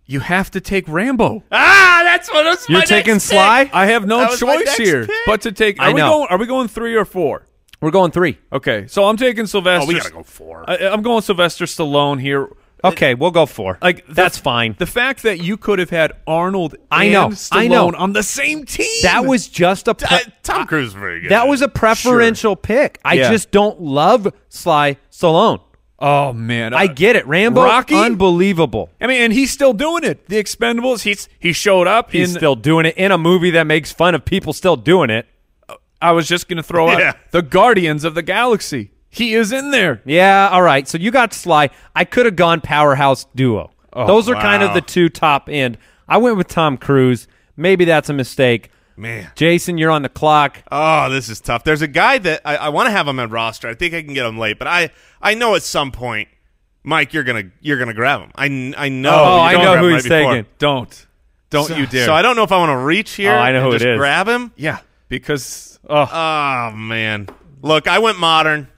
[SPEAKER 3] You have to take Rambo.
[SPEAKER 4] Ah, that's what was
[SPEAKER 2] You're
[SPEAKER 4] my
[SPEAKER 2] taking
[SPEAKER 4] next pick.
[SPEAKER 2] Sly.
[SPEAKER 3] I have no
[SPEAKER 4] That was my
[SPEAKER 3] choice
[SPEAKER 4] next
[SPEAKER 3] here
[SPEAKER 4] pick.
[SPEAKER 3] but to take. Are
[SPEAKER 2] I
[SPEAKER 3] we
[SPEAKER 2] know.
[SPEAKER 3] going? Are we going three or four?
[SPEAKER 2] We're going three.
[SPEAKER 3] Okay, so I'm taking Sylvester.
[SPEAKER 4] Oh, we gotta go four.
[SPEAKER 3] I, I'm going Sylvester Stallone here.
[SPEAKER 2] Okay, we'll go four.
[SPEAKER 3] Like the-
[SPEAKER 2] that's fine.
[SPEAKER 3] The fact that you could have had Arnold
[SPEAKER 2] I
[SPEAKER 3] and
[SPEAKER 2] know,
[SPEAKER 3] Stallone
[SPEAKER 2] I know.
[SPEAKER 3] on the same team.
[SPEAKER 2] that was just a.
[SPEAKER 4] Uh,
[SPEAKER 2] Pre-
[SPEAKER 4] Tom Cruise is very good.
[SPEAKER 2] that was a preferential pick. I
[SPEAKER 3] Yeah.
[SPEAKER 2] just don't love Sly Stallone.
[SPEAKER 3] Oh man,
[SPEAKER 2] I get it. Rambo,
[SPEAKER 3] Rocky?
[SPEAKER 2] unbelievable.
[SPEAKER 3] I mean, and he's still doing it. The Expendables. He's he showed up.
[SPEAKER 2] He's
[SPEAKER 3] in,
[SPEAKER 2] still doing it in a movie that makes fun of people still doing it.
[SPEAKER 3] I was just gonna throw
[SPEAKER 4] Yeah.
[SPEAKER 3] out the Guardians of the Galaxy. He is in there.
[SPEAKER 2] Yeah, all right. So you got Sly. I could have gone powerhouse duo. Those are kind of
[SPEAKER 4] wow.
[SPEAKER 2] the two top end. I went with Tom Cruise. Maybe that's a mistake.
[SPEAKER 4] man.
[SPEAKER 2] Jason, you're on the clock.
[SPEAKER 4] Oh, this is tough. There's a guy that I, I want to have him on roster. I think I can get him late, but I I know at some point, Mike, you're gonna you're gonna grab him. I kn- I know.
[SPEAKER 2] Oh,
[SPEAKER 4] you're
[SPEAKER 2] I
[SPEAKER 4] gonna
[SPEAKER 2] know
[SPEAKER 4] grab
[SPEAKER 2] who
[SPEAKER 4] him
[SPEAKER 2] he's
[SPEAKER 4] right before.
[SPEAKER 2] taking.
[SPEAKER 3] Don't, don't
[SPEAKER 4] So-
[SPEAKER 3] you dare.
[SPEAKER 4] So I don't know if I want to reach here.
[SPEAKER 2] Oh, I know
[SPEAKER 4] and
[SPEAKER 2] who it
[SPEAKER 4] just
[SPEAKER 2] is.
[SPEAKER 4] Grab him.
[SPEAKER 3] yeah, because oh,
[SPEAKER 4] Oh man, look, I went modern,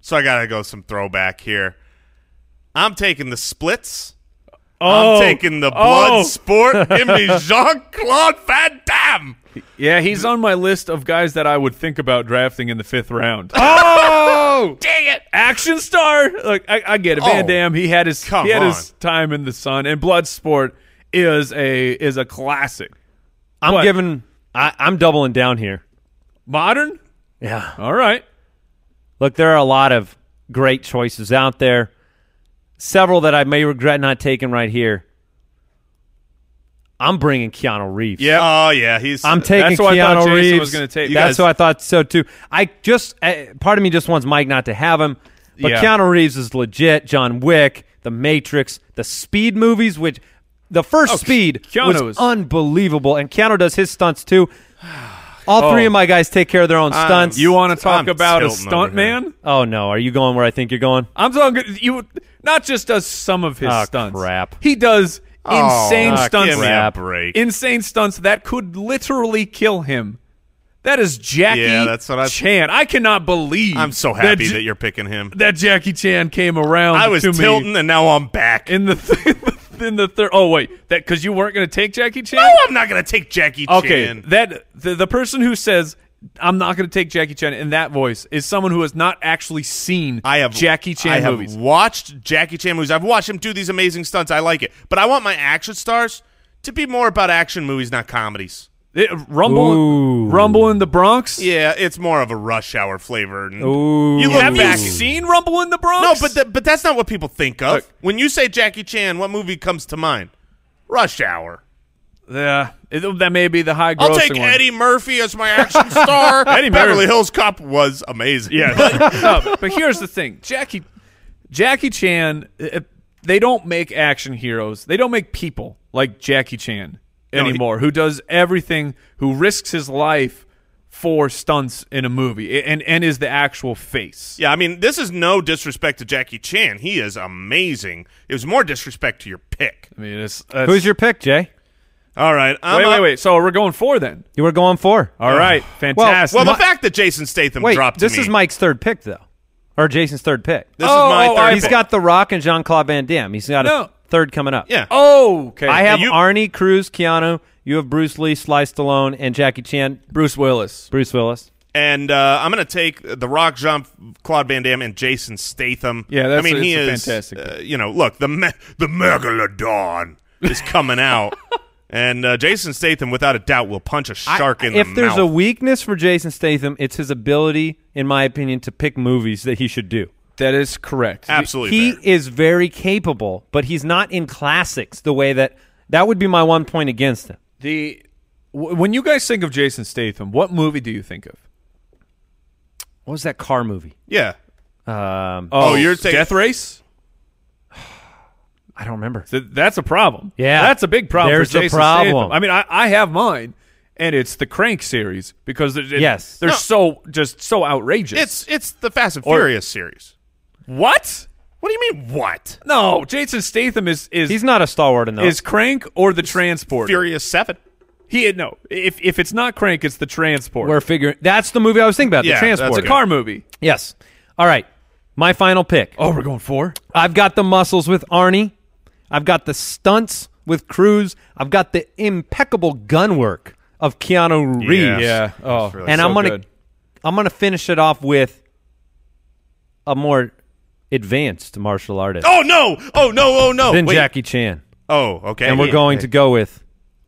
[SPEAKER 4] so I gotta go some throwback here. I'm taking the splits.
[SPEAKER 3] Oh.
[SPEAKER 4] I'm taking the blood
[SPEAKER 3] Oh.
[SPEAKER 4] sport. Give me Jean Claude Van Damme.
[SPEAKER 3] yeah, he's on my list of guys that I would think about drafting in the fifth round.
[SPEAKER 4] Oh, dang it!
[SPEAKER 3] action star. Like I, I get it. Van
[SPEAKER 4] Oh,
[SPEAKER 3] Damme. He had his
[SPEAKER 4] come
[SPEAKER 3] he had
[SPEAKER 4] on.
[SPEAKER 3] his time in the sun. And Bloodsport is a is a classic.
[SPEAKER 2] I'm
[SPEAKER 3] What?
[SPEAKER 2] giving. I, I'm doubling down here.
[SPEAKER 3] Modern.
[SPEAKER 2] Yeah.
[SPEAKER 3] All right.
[SPEAKER 2] Look, there are a lot of great choices out there. Several that I may regret not taking right here. I'm bringing Keanu Reeves.
[SPEAKER 4] Yeah. Oh yeah, he's.
[SPEAKER 2] I'm taking
[SPEAKER 3] That's what I
[SPEAKER 2] Keanu
[SPEAKER 3] thought Jason
[SPEAKER 2] Reeves.
[SPEAKER 3] was gonna take.
[SPEAKER 4] You
[SPEAKER 2] That's
[SPEAKER 4] guys-
[SPEAKER 2] what I thought so too. I just uh, part of me just wants Mike not to have him, but
[SPEAKER 3] Yeah.
[SPEAKER 2] Keanu Reeves is legit. John Wick, The Matrix, the Speed movies, which the first Speed
[SPEAKER 3] Oh, Keanu
[SPEAKER 2] was
[SPEAKER 3] is-
[SPEAKER 2] unbelievable, and Keanu does his stunts too. All three of my guys take care of their own stunts.
[SPEAKER 3] Oh. Uh, You want to talk
[SPEAKER 4] I'm
[SPEAKER 3] about a
[SPEAKER 4] tilting over
[SPEAKER 3] stunt man?
[SPEAKER 2] Oh no, are you going where I think you're going?
[SPEAKER 3] I'm talking you. Not just does some of his
[SPEAKER 2] Oh,
[SPEAKER 3] stunts.
[SPEAKER 2] crap.
[SPEAKER 3] He does insane
[SPEAKER 4] ah,
[SPEAKER 3] stunts.
[SPEAKER 4] give me
[SPEAKER 2] Crap.
[SPEAKER 4] a break.
[SPEAKER 3] Insane stunts that could literally kill him. That is Jackie
[SPEAKER 4] Yeah, that's what I-
[SPEAKER 3] Chan. I cannot believe.
[SPEAKER 4] I'm so happy
[SPEAKER 3] J-
[SPEAKER 4] that, you're picking him.
[SPEAKER 3] that Jackie Chan came around.
[SPEAKER 4] I was
[SPEAKER 3] to me.
[SPEAKER 4] tilting, and now I'm back.
[SPEAKER 3] in the th- in the third. Oh wait, that because you weren't going to take Jackie Chan.
[SPEAKER 4] no, I'm not gonna take Jackie Chan.
[SPEAKER 3] okay, that the, the person who says I'm not going to take Jackie Chan in that voice is someone who has not actually seen
[SPEAKER 4] I have
[SPEAKER 3] Jackie Chan
[SPEAKER 4] I have
[SPEAKER 3] movies.
[SPEAKER 4] watched Jackie Chan movies. I've watched him do these amazing stunts. I like it, but I want my action stars to be more about action movies, not comedies.
[SPEAKER 3] It- Rumble,
[SPEAKER 2] Ooh.
[SPEAKER 3] Rumble in the Bronx.
[SPEAKER 4] Yeah, it's more of a rush hour flavor. And
[SPEAKER 2] Ooh.
[SPEAKER 4] You look
[SPEAKER 3] Have
[SPEAKER 4] back.
[SPEAKER 3] you seen Rumble in the Bronx?
[SPEAKER 4] no, but th- but that's not what people think of
[SPEAKER 3] Look.
[SPEAKER 4] when you say Jackie Chan. What movie comes to mind? Rush Hour.
[SPEAKER 3] yeah, it- that may be the high grossing
[SPEAKER 4] I'll take
[SPEAKER 3] one.
[SPEAKER 4] Eddie Murphy as my action star.
[SPEAKER 3] Eddie
[SPEAKER 4] Beverly
[SPEAKER 3] Murphy.
[SPEAKER 4] Hills Cop was amazing.
[SPEAKER 3] Yeah, but, no, but here's the thing, Jackie, Jackie Chan, uh, they don't make action heroes. They don't make people like Jackie Chan
[SPEAKER 4] he-
[SPEAKER 3] anymore, who does everything, who risks his life for stunts in a movie, a- and and is the actual face.
[SPEAKER 4] Yeah, I mean, this is no disrespect to Jackie Chan. He is amazing. It was more disrespect to your pick.
[SPEAKER 3] I mean, it's, that's-
[SPEAKER 2] Who's your pick, Jay?
[SPEAKER 4] All right, I'm
[SPEAKER 3] wait,
[SPEAKER 4] up-
[SPEAKER 3] wait, wait. So we're going four then.
[SPEAKER 2] You were going for.
[SPEAKER 3] All right, fantastic.
[SPEAKER 4] Well,
[SPEAKER 2] My-
[SPEAKER 4] the fact that Jason Statham
[SPEAKER 2] Wait,
[SPEAKER 4] dropped to
[SPEAKER 2] this
[SPEAKER 4] me-
[SPEAKER 2] is Mike's third pick though, or Jason's third pick.
[SPEAKER 4] This
[SPEAKER 3] Oh,
[SPEAKER 4] is
[SPEAKER 3] oh,
[SPEAKER 4] my third.
[SPEAKER 2] He's
[SPEAKER 4] pick.
[SPEAKER 2] got The Rock and Jean Claude Van Damme. He's got a
[SPEAKER 3] No.
[SPEAKER 2] third coming up.
[SPEAKER 4] yeah.
[SPEAKER 3] oh, okay.
[SPEAKER 2] I have
[SPEAKER 4] you-
[SPEAKER 2] Arnie, Cruz, Keanu. You have Bruce Lee, Sly Stallone, and Jackie Chan.
[SPEAKER 3] Bruce Willis.
[SPEAKER 2] Bruce Willis.
[SPEAKER 4] and uh, I'm going to take The Rock, Jean Claude Van Damme, and Jason Statham.
[SPEAKER 3] Yeah, that's-
[SPEAKER 4] I mean, he
[SPEAKER 3] it's a
[SPEAKER 4] is.
[SPEAKER 3] fantastic
[SPEAKER 4] uh, you know, look, the me- the megalodon is coming out, and uh, Jason Statham, without a doubt, will punch a shark
[SPEAKER 2] I-
[SPEAKER 4] in
[SPEAKER 2] if
[SPEAKER 4] the
[SPEAKER 2] there's
[SPEAKER 4] mouth.
[SPEAKER 2] a weakness for Jason Statham, it's his ability, in my opinion, to pick movies that he should do.
[SPEAKER 3] That is correct.
[SPEAKER 4] Absolutely.
[SPEAKER 2] he
[SPEAKER 4] fair.
[SPEAKER 2] is very capable, but he's not in classics the way that that would be my one point against him.
[SPEAKER 3] The w- when you guys think of Jason Statham, what movie do you think of?
[SPEAKER 2] What was that car movie?
[SPEAKER 4] yeah.
[SPEAKER 2] Um,
[SPEAKER 4] Oh, you're taking-
[SPEAKER 3] Death Race.
[SPEAKER 2] I don't remember.
[SPEAKER 3] Th- that's a problem.
[SPEAKER 2] Yeah.
[SPEAKER 3] that's a big problem.
[SPEAKER 2] There's
[SPEAKER 3] for
[SPEAKER 2] a
[SPEAKER 3] Jason
[SPEAKER 2] problem.
[SPEAKER 3] Statham. I mean, I, I have mine, and it's the Crank series because they're,
[SPEAKER 2] Yes.
[SPEAKER 3] they're
[SPEAKER 4] No.
[SPEAKER 3] so just so outrageous.
[SPEAKER 4] It's it's the Fast and Furious series.
[SPEAKER 3] what?
[SPEAKER 4] What do you mean? What?
[SPEAKER 3] No, Jason Statham is is
[SPEAKER 2] He's not a stalwart enough.
[SPEAKER 3] is Crank or the Transport.
[SPEAKER 4] Furious Seven.
[SPEAKER 3] He no. If if it's not Crank, it's the Transport.
[SPEAKER 2] We're figuring. That's the movie I was thinking about.
[SPEAKER 4] Yeah,
[SPEAKER 2] the
[SPEAKER 4] that's
[SPEAKER 2] transport
[SPEAKER 3] it's a car movie.
[SPEAKER 2] Yes. All right. My final pick.
[SPEAKER 3] Oh, we're going four.
[SPEAKER 2] I've got the muscles with Arnie. I've got the stunts with Cruz. I've got the impeccable gun work of Keanu Reeves.
[SPEAKER 4] Yeah.
[SPEAKER 3] Yeah. Oh,
[SPEAKER 4] really
[SPEAKER 2] and
[SPEAKER 4] so
[SPEAKER 2] I'm gonna
[SPEAKER 3] good.
[SPEAKER 2] I'm gonna finish it off with a more advanced martial artist
[SPEAKER 4] Oh no! Oh no! Oh no!
[SPEAKER 2] than
[SPEAKER 4] Wait.
[SPEAKER 2] Jackie Chan.
[SPEAKER 4] Oh, okay.
[SPEAKER 2] And we're going to go with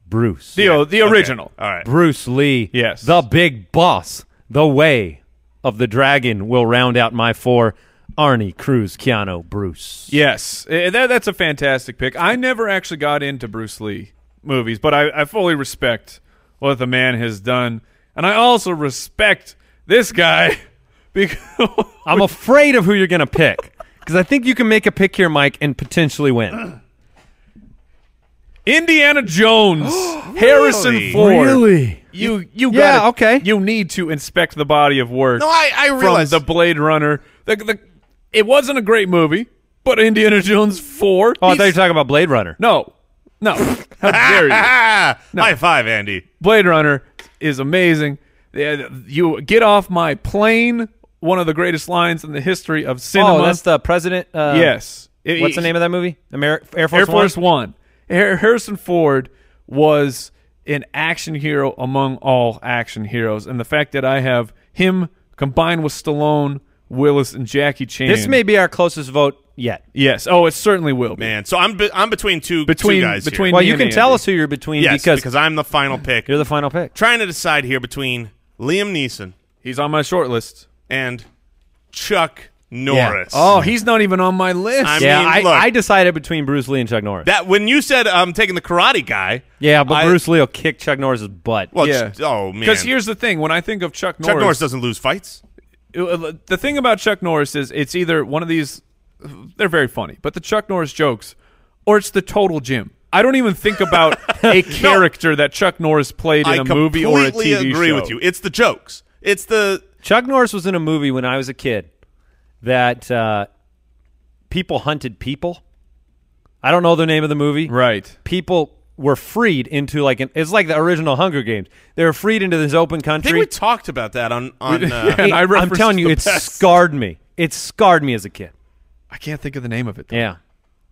[SPEAKER 2] Bruce.
[SPEAKER 3] the the original.
[SPEAKER 4] All right.
[SPEAKER 2] Bruce Lee.
[SPEAKER 3] Yes.
[SPEAKER 2] The big boss. The way of the dragon will round out my four. Arnie, Cruz, Keanu, Bruce.
[SPEAKER 3] Yes, Eh, that, that's a fantastic pick. I never actually got into Bruce Lee movies, but I, I fully respect what the man has done, and I also respect this guy because
[SPEAKER 2] I'm afraid of who you're going to pick because I think you can make a pick here, Mike, and potentially win.
[SPEAKER 3] Indiana Jones, Harrison
[SPEAKER 4] Really?
[SPEAKER 3] Ford. You you
[SPEAKER 2] Yeah,
[SPEAKER 3] gotta-
[SPEAKER 2] okay.
[SPEAKER 3] You need to inspect the body of work.
[SPEAKER 4] No, I I
[SPEAKER 3] from
[SPEAKER 4] realize
[SPEAKER 3] the Blade Runner. The, the, it wasn't a great movie, but Indiana Jones Four.
[SPEAKER 2] Oh, I thought you were talking about Blade Runner.
[SPEAKER 3] no, no. How dare you?
[SPEAKER 4] Ah, High five, Andy.
[SPEAKER 3] Blade Runner is amazing. Yeah, You get off my plane. One of the greatest lines in the history of cinema.
[SPEAKER 2] Oh, that's the president. Uh,
[SPEAKER 3] yes. It-
[SPEAKER 2] What's the name of that movie? Ameri- Air Force
[SPEAKER 3] Air Force
[SPEAKER 2] One?
[SPEAKER 3] One. Har- Harrison Ford was an action hero among all action heroes, and the fact that I have him combined with Stallone, Willis, and Jackie Chan.
[SPEAKER 2] This may be our closest vote yet.
[SPEAKER 3] yes. Oh, it certainly will. be.
[SPEAKER 4] Man, so I'm be- I'm between two
[SPEAKER 3] Between-
[SPEAKER 4] two guys here.
[SPEAKER 3] between-
[SPEAKER 2] Well,
[SPEAKER 3] me
[SPEAKER 2] you
[SPEAKER 3] and
[SPEAKER 2] can tell
[SPEAKER 3] Andy.
[SPEAKER 2] us who you're between
[SPEAKER 4] yes,
[SPEAKER 2] because,
[SPEAKER 4] because, I'm the final pick.
[SPEAKER 2] you're the final pick.
[SPEAKER 4] Trying to decide here between Liam Neeson
[SPEAKER 3] He's on my short list.
[SPEAKER 4] and Chuck Norris.
[SPEAKER 3] Oh, he's not even on my list.
[SPEAKER 4] I'm- I
[SPEAKER 2] yeah,
[SPEAKER 4] mean,
[SPEAKER 2] I,
[SPEAKER 4] look.
[SPEAKER 2] I decided between Bruce Lee and Chuck Norris.
[SPEAKER 4] that when you said I'm taking the Karate Guy.
[SPEAKER 2] yeah, but
[SPEAKER 4] I-
[SPEAKER 2] Bruce Lee will kick Chuck Norris's butt.
[SPEAKER 4] Well,
[SPEAKER 3] Yeah.
[SPEAKER 4] ch- oh man,
[SPEAKER 3] Because here's the thing: when I think of Chuck
[SPEAKER 4] Chuck Norris doesn't lose fights.
[SPEAKER 3] Uh, the thing about Chuck Norris is it's either one of these they're very funny, but the Chuck Norris jokes or it's the total Jim. I don't even think about a character that Chuck Norris played in
[SPEAKER 4] I
[SPEAKER 3] a movie or a
[SPEAKER 4] completely
[SPEAKER 3] TV
[SPEAKER 4] agree
[SPEAKER 3] show.
[SPEAKER 4] with you. It's the jokes. It's the
[SPEAKER 2] Chuck Norris was in a movie when I was a kid that uh, people hunted people. I don't know the name of the movie.
[SPEAKER 3] Right.
[SPEAKER 2] People were freed into like an. It's like the original Hunger Games. They were freed into this open
[SPEAKER 4] I think we
[SPEAKER 2] country.
[SPEAKER 4] talked about that on on. Uh,
[SPEAKER 3] and I
[SPEAKER 2] am
[SPEAKER 3] referenced
[SPEAKER 2] telling you,
[SPEAKER 3] the
[SPEAKER 2] it
[SPEAKER 3] best.
[SPEAKER 2] scarred me. It scarred me as a kid.
[SPEAKER 3] I can't think of the name of it. Though.
[SPEAKER 2] Yeah,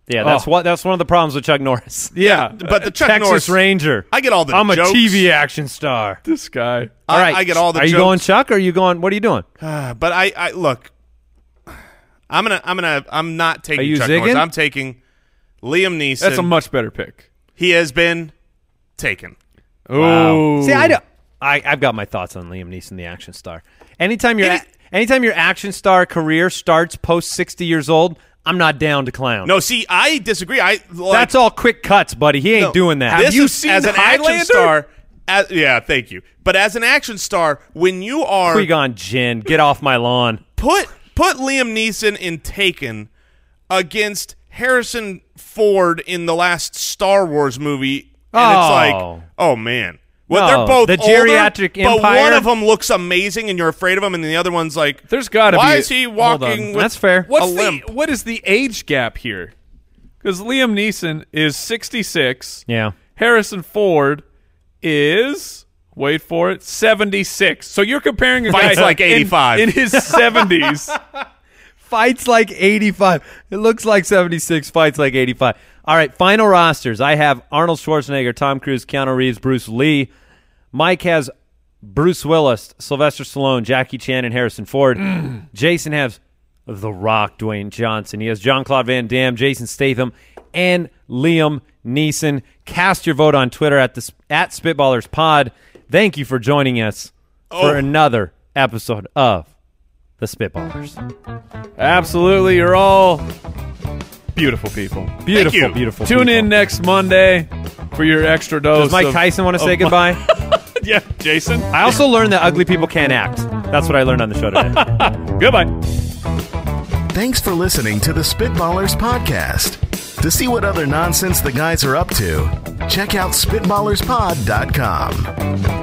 [SPEAKER 2] yeah. That's
[SPEAKER 3] Oh.
[SPEAKER 2] what. That's one of the problems with Chuck Norris.
[SPEAKER 3] Yeah.
[SPEAKER 4] uh, But the Chuck
[SPEAKER 2] Texas
[SPEAKER 4] Norris
[SPEAKER 2] Ranger.
[SPEAKER 4] I get all the
[SPEAKER 2] I'm
[SPEAKER 4] jokes.
[SPEAKER 2] a TV action star.
[SPEAKER 3] this guy.
[SPEAKER 4] I,
[SPEAKER 2] All right.
[SPEAKER 4] I get all the.
[SPEAKER 2] Are
[SPEAKER 4] jokes.
[SPEAKER 2] you going Chuck? Or are you going? What are you doing?
[SPEAKER 4] Uh, But I, I look. I'm gonna, I'm gonna, I'm not taking
[SPEAKER 2] Are you
[SPEAKER 4] Chuck Norris.
[SPEAKER 2] zigging?
[SPEAKER 4] I'm taking Liam Neeson.
[SPEAKER 3] That's a much better pick.
[SPEAKER 4] he has been taken.
[SPEAKER 3] Oh.
[SPEAKER 2] See, I don't. I, I've got my thoughts on Liam Neeson, the action star. Anytime your
[SPEAKER 4] It is-
[SPEAKER 2] a- anytime your action star career starts post sixty years old, I'm not down to clown.
[SPEAKER 4] No, see, I disagree. I like,
[SPEAKER 2] that's all quick cuts, buddy. He ain't
[SPEAKER 4] no,
[SPEAKER 2] doing that.
[SPEAKER 4] this is- as an
[SPEAKER 2] Highlander?
[SPEAKER 4] action star? As, yeah, thank you. But as an action star, when you are
[SPEAKER 2] Qui-Gon Jinn, get off my lawn.
[SPEAKER 4] put put Liam Neeson in Taken against Harrison Ford in the last Star Wars movie, and
[SPEAKER 2] Oh.
[SPEAKER 4] it's like, oh man, well
[SPEAKER 2] No,
[SPEAKER 4] they're both
[SPEAKER 2] the
[SPEAKER 4] older,
[SPEAKER 2] geriatric
[SPEAKER 4] but one
[SPEAKER 2] empire.
[SPEAKER 4] of them looks amazing, and you're afraid of him, and the other one's like,
[SPEAKER 3] There's gotta
[SPEAKER 4] why
[SPEAKER 3] be-
[SPEAKER 4] is he
[SPEAKER 3] hold
[SPEAKER 4] walking?
[SPEAKER 3] on.
[SPEAKER 4] With
[SPEAKER 2] That's fair.
[SPEAKER 3] What's
[SPEAKER 4] a limp?
[SPEAKER 3] the what is the age gap here? Because Liam Neeson is 66.
[SPEAKER 2] Yeah.
[SPEAKER 3] Harrison Ford is wait for it 76. So you're comparing a
[SPEAKER 4] Fights
[SPEAKER 3] guy
[SPEAKER 4] like
[SPEAKER 3] in-
[SPEAKER 4] 85.
[SPEAKER 3] in, his 70s.
[SPEAKER 2] Fights like 85. It looks like 76. Fights like 85. All right, final rosters. I have Arnold Schwarzenegger, Tom Cruise, Keanu Reeves, Bruce Lee. Mike has Bruce Willis, Sylvester Stallone, Jackie Chan, and Harrison Ford.
[SPEAKER 3] Mm.
[SPEAKER 2] Jason has The Rock, Dwayne Johnson. He has John Claude Van Damme, Jason Statham, and Liam Neeson. Cast your vote on Twitter at the at Spitballers
[SPEAKER 3] Oh.
[SPEAKER 2] Pod. Thank you for joining us for another episode of the Spitballers.
[SPEAKER 3] Absolutely. You're all beautiful people.
[SPEAKER 2] Beautiful,
[SPEAKER 4] you.
[SPEAKER 2] beautiful.
[SPEAKER 3] Tune
[SPEAKER 2] people.
[SPEAKER 3] in next Monday for your extra dose.
[SPEAKER 2] Does Mike
[SPEAKER 3] of-
[SPEAKER 2] Tyson want to
[SPEAKER 3] of
[SPEAKER 2] say goodbye?
[SPEAKER 3] Mike- yeah, Jason.
[SPEAKER 2] I also learned that ugly people can't act. That's what I learned on the show today.
[SPEAKER 3] Goodbye.
[SPEAKER 1] Thanks for listening to the Spitballers Podcast. To see what other nonsense the guys are up to, check out SpitballersPod.com.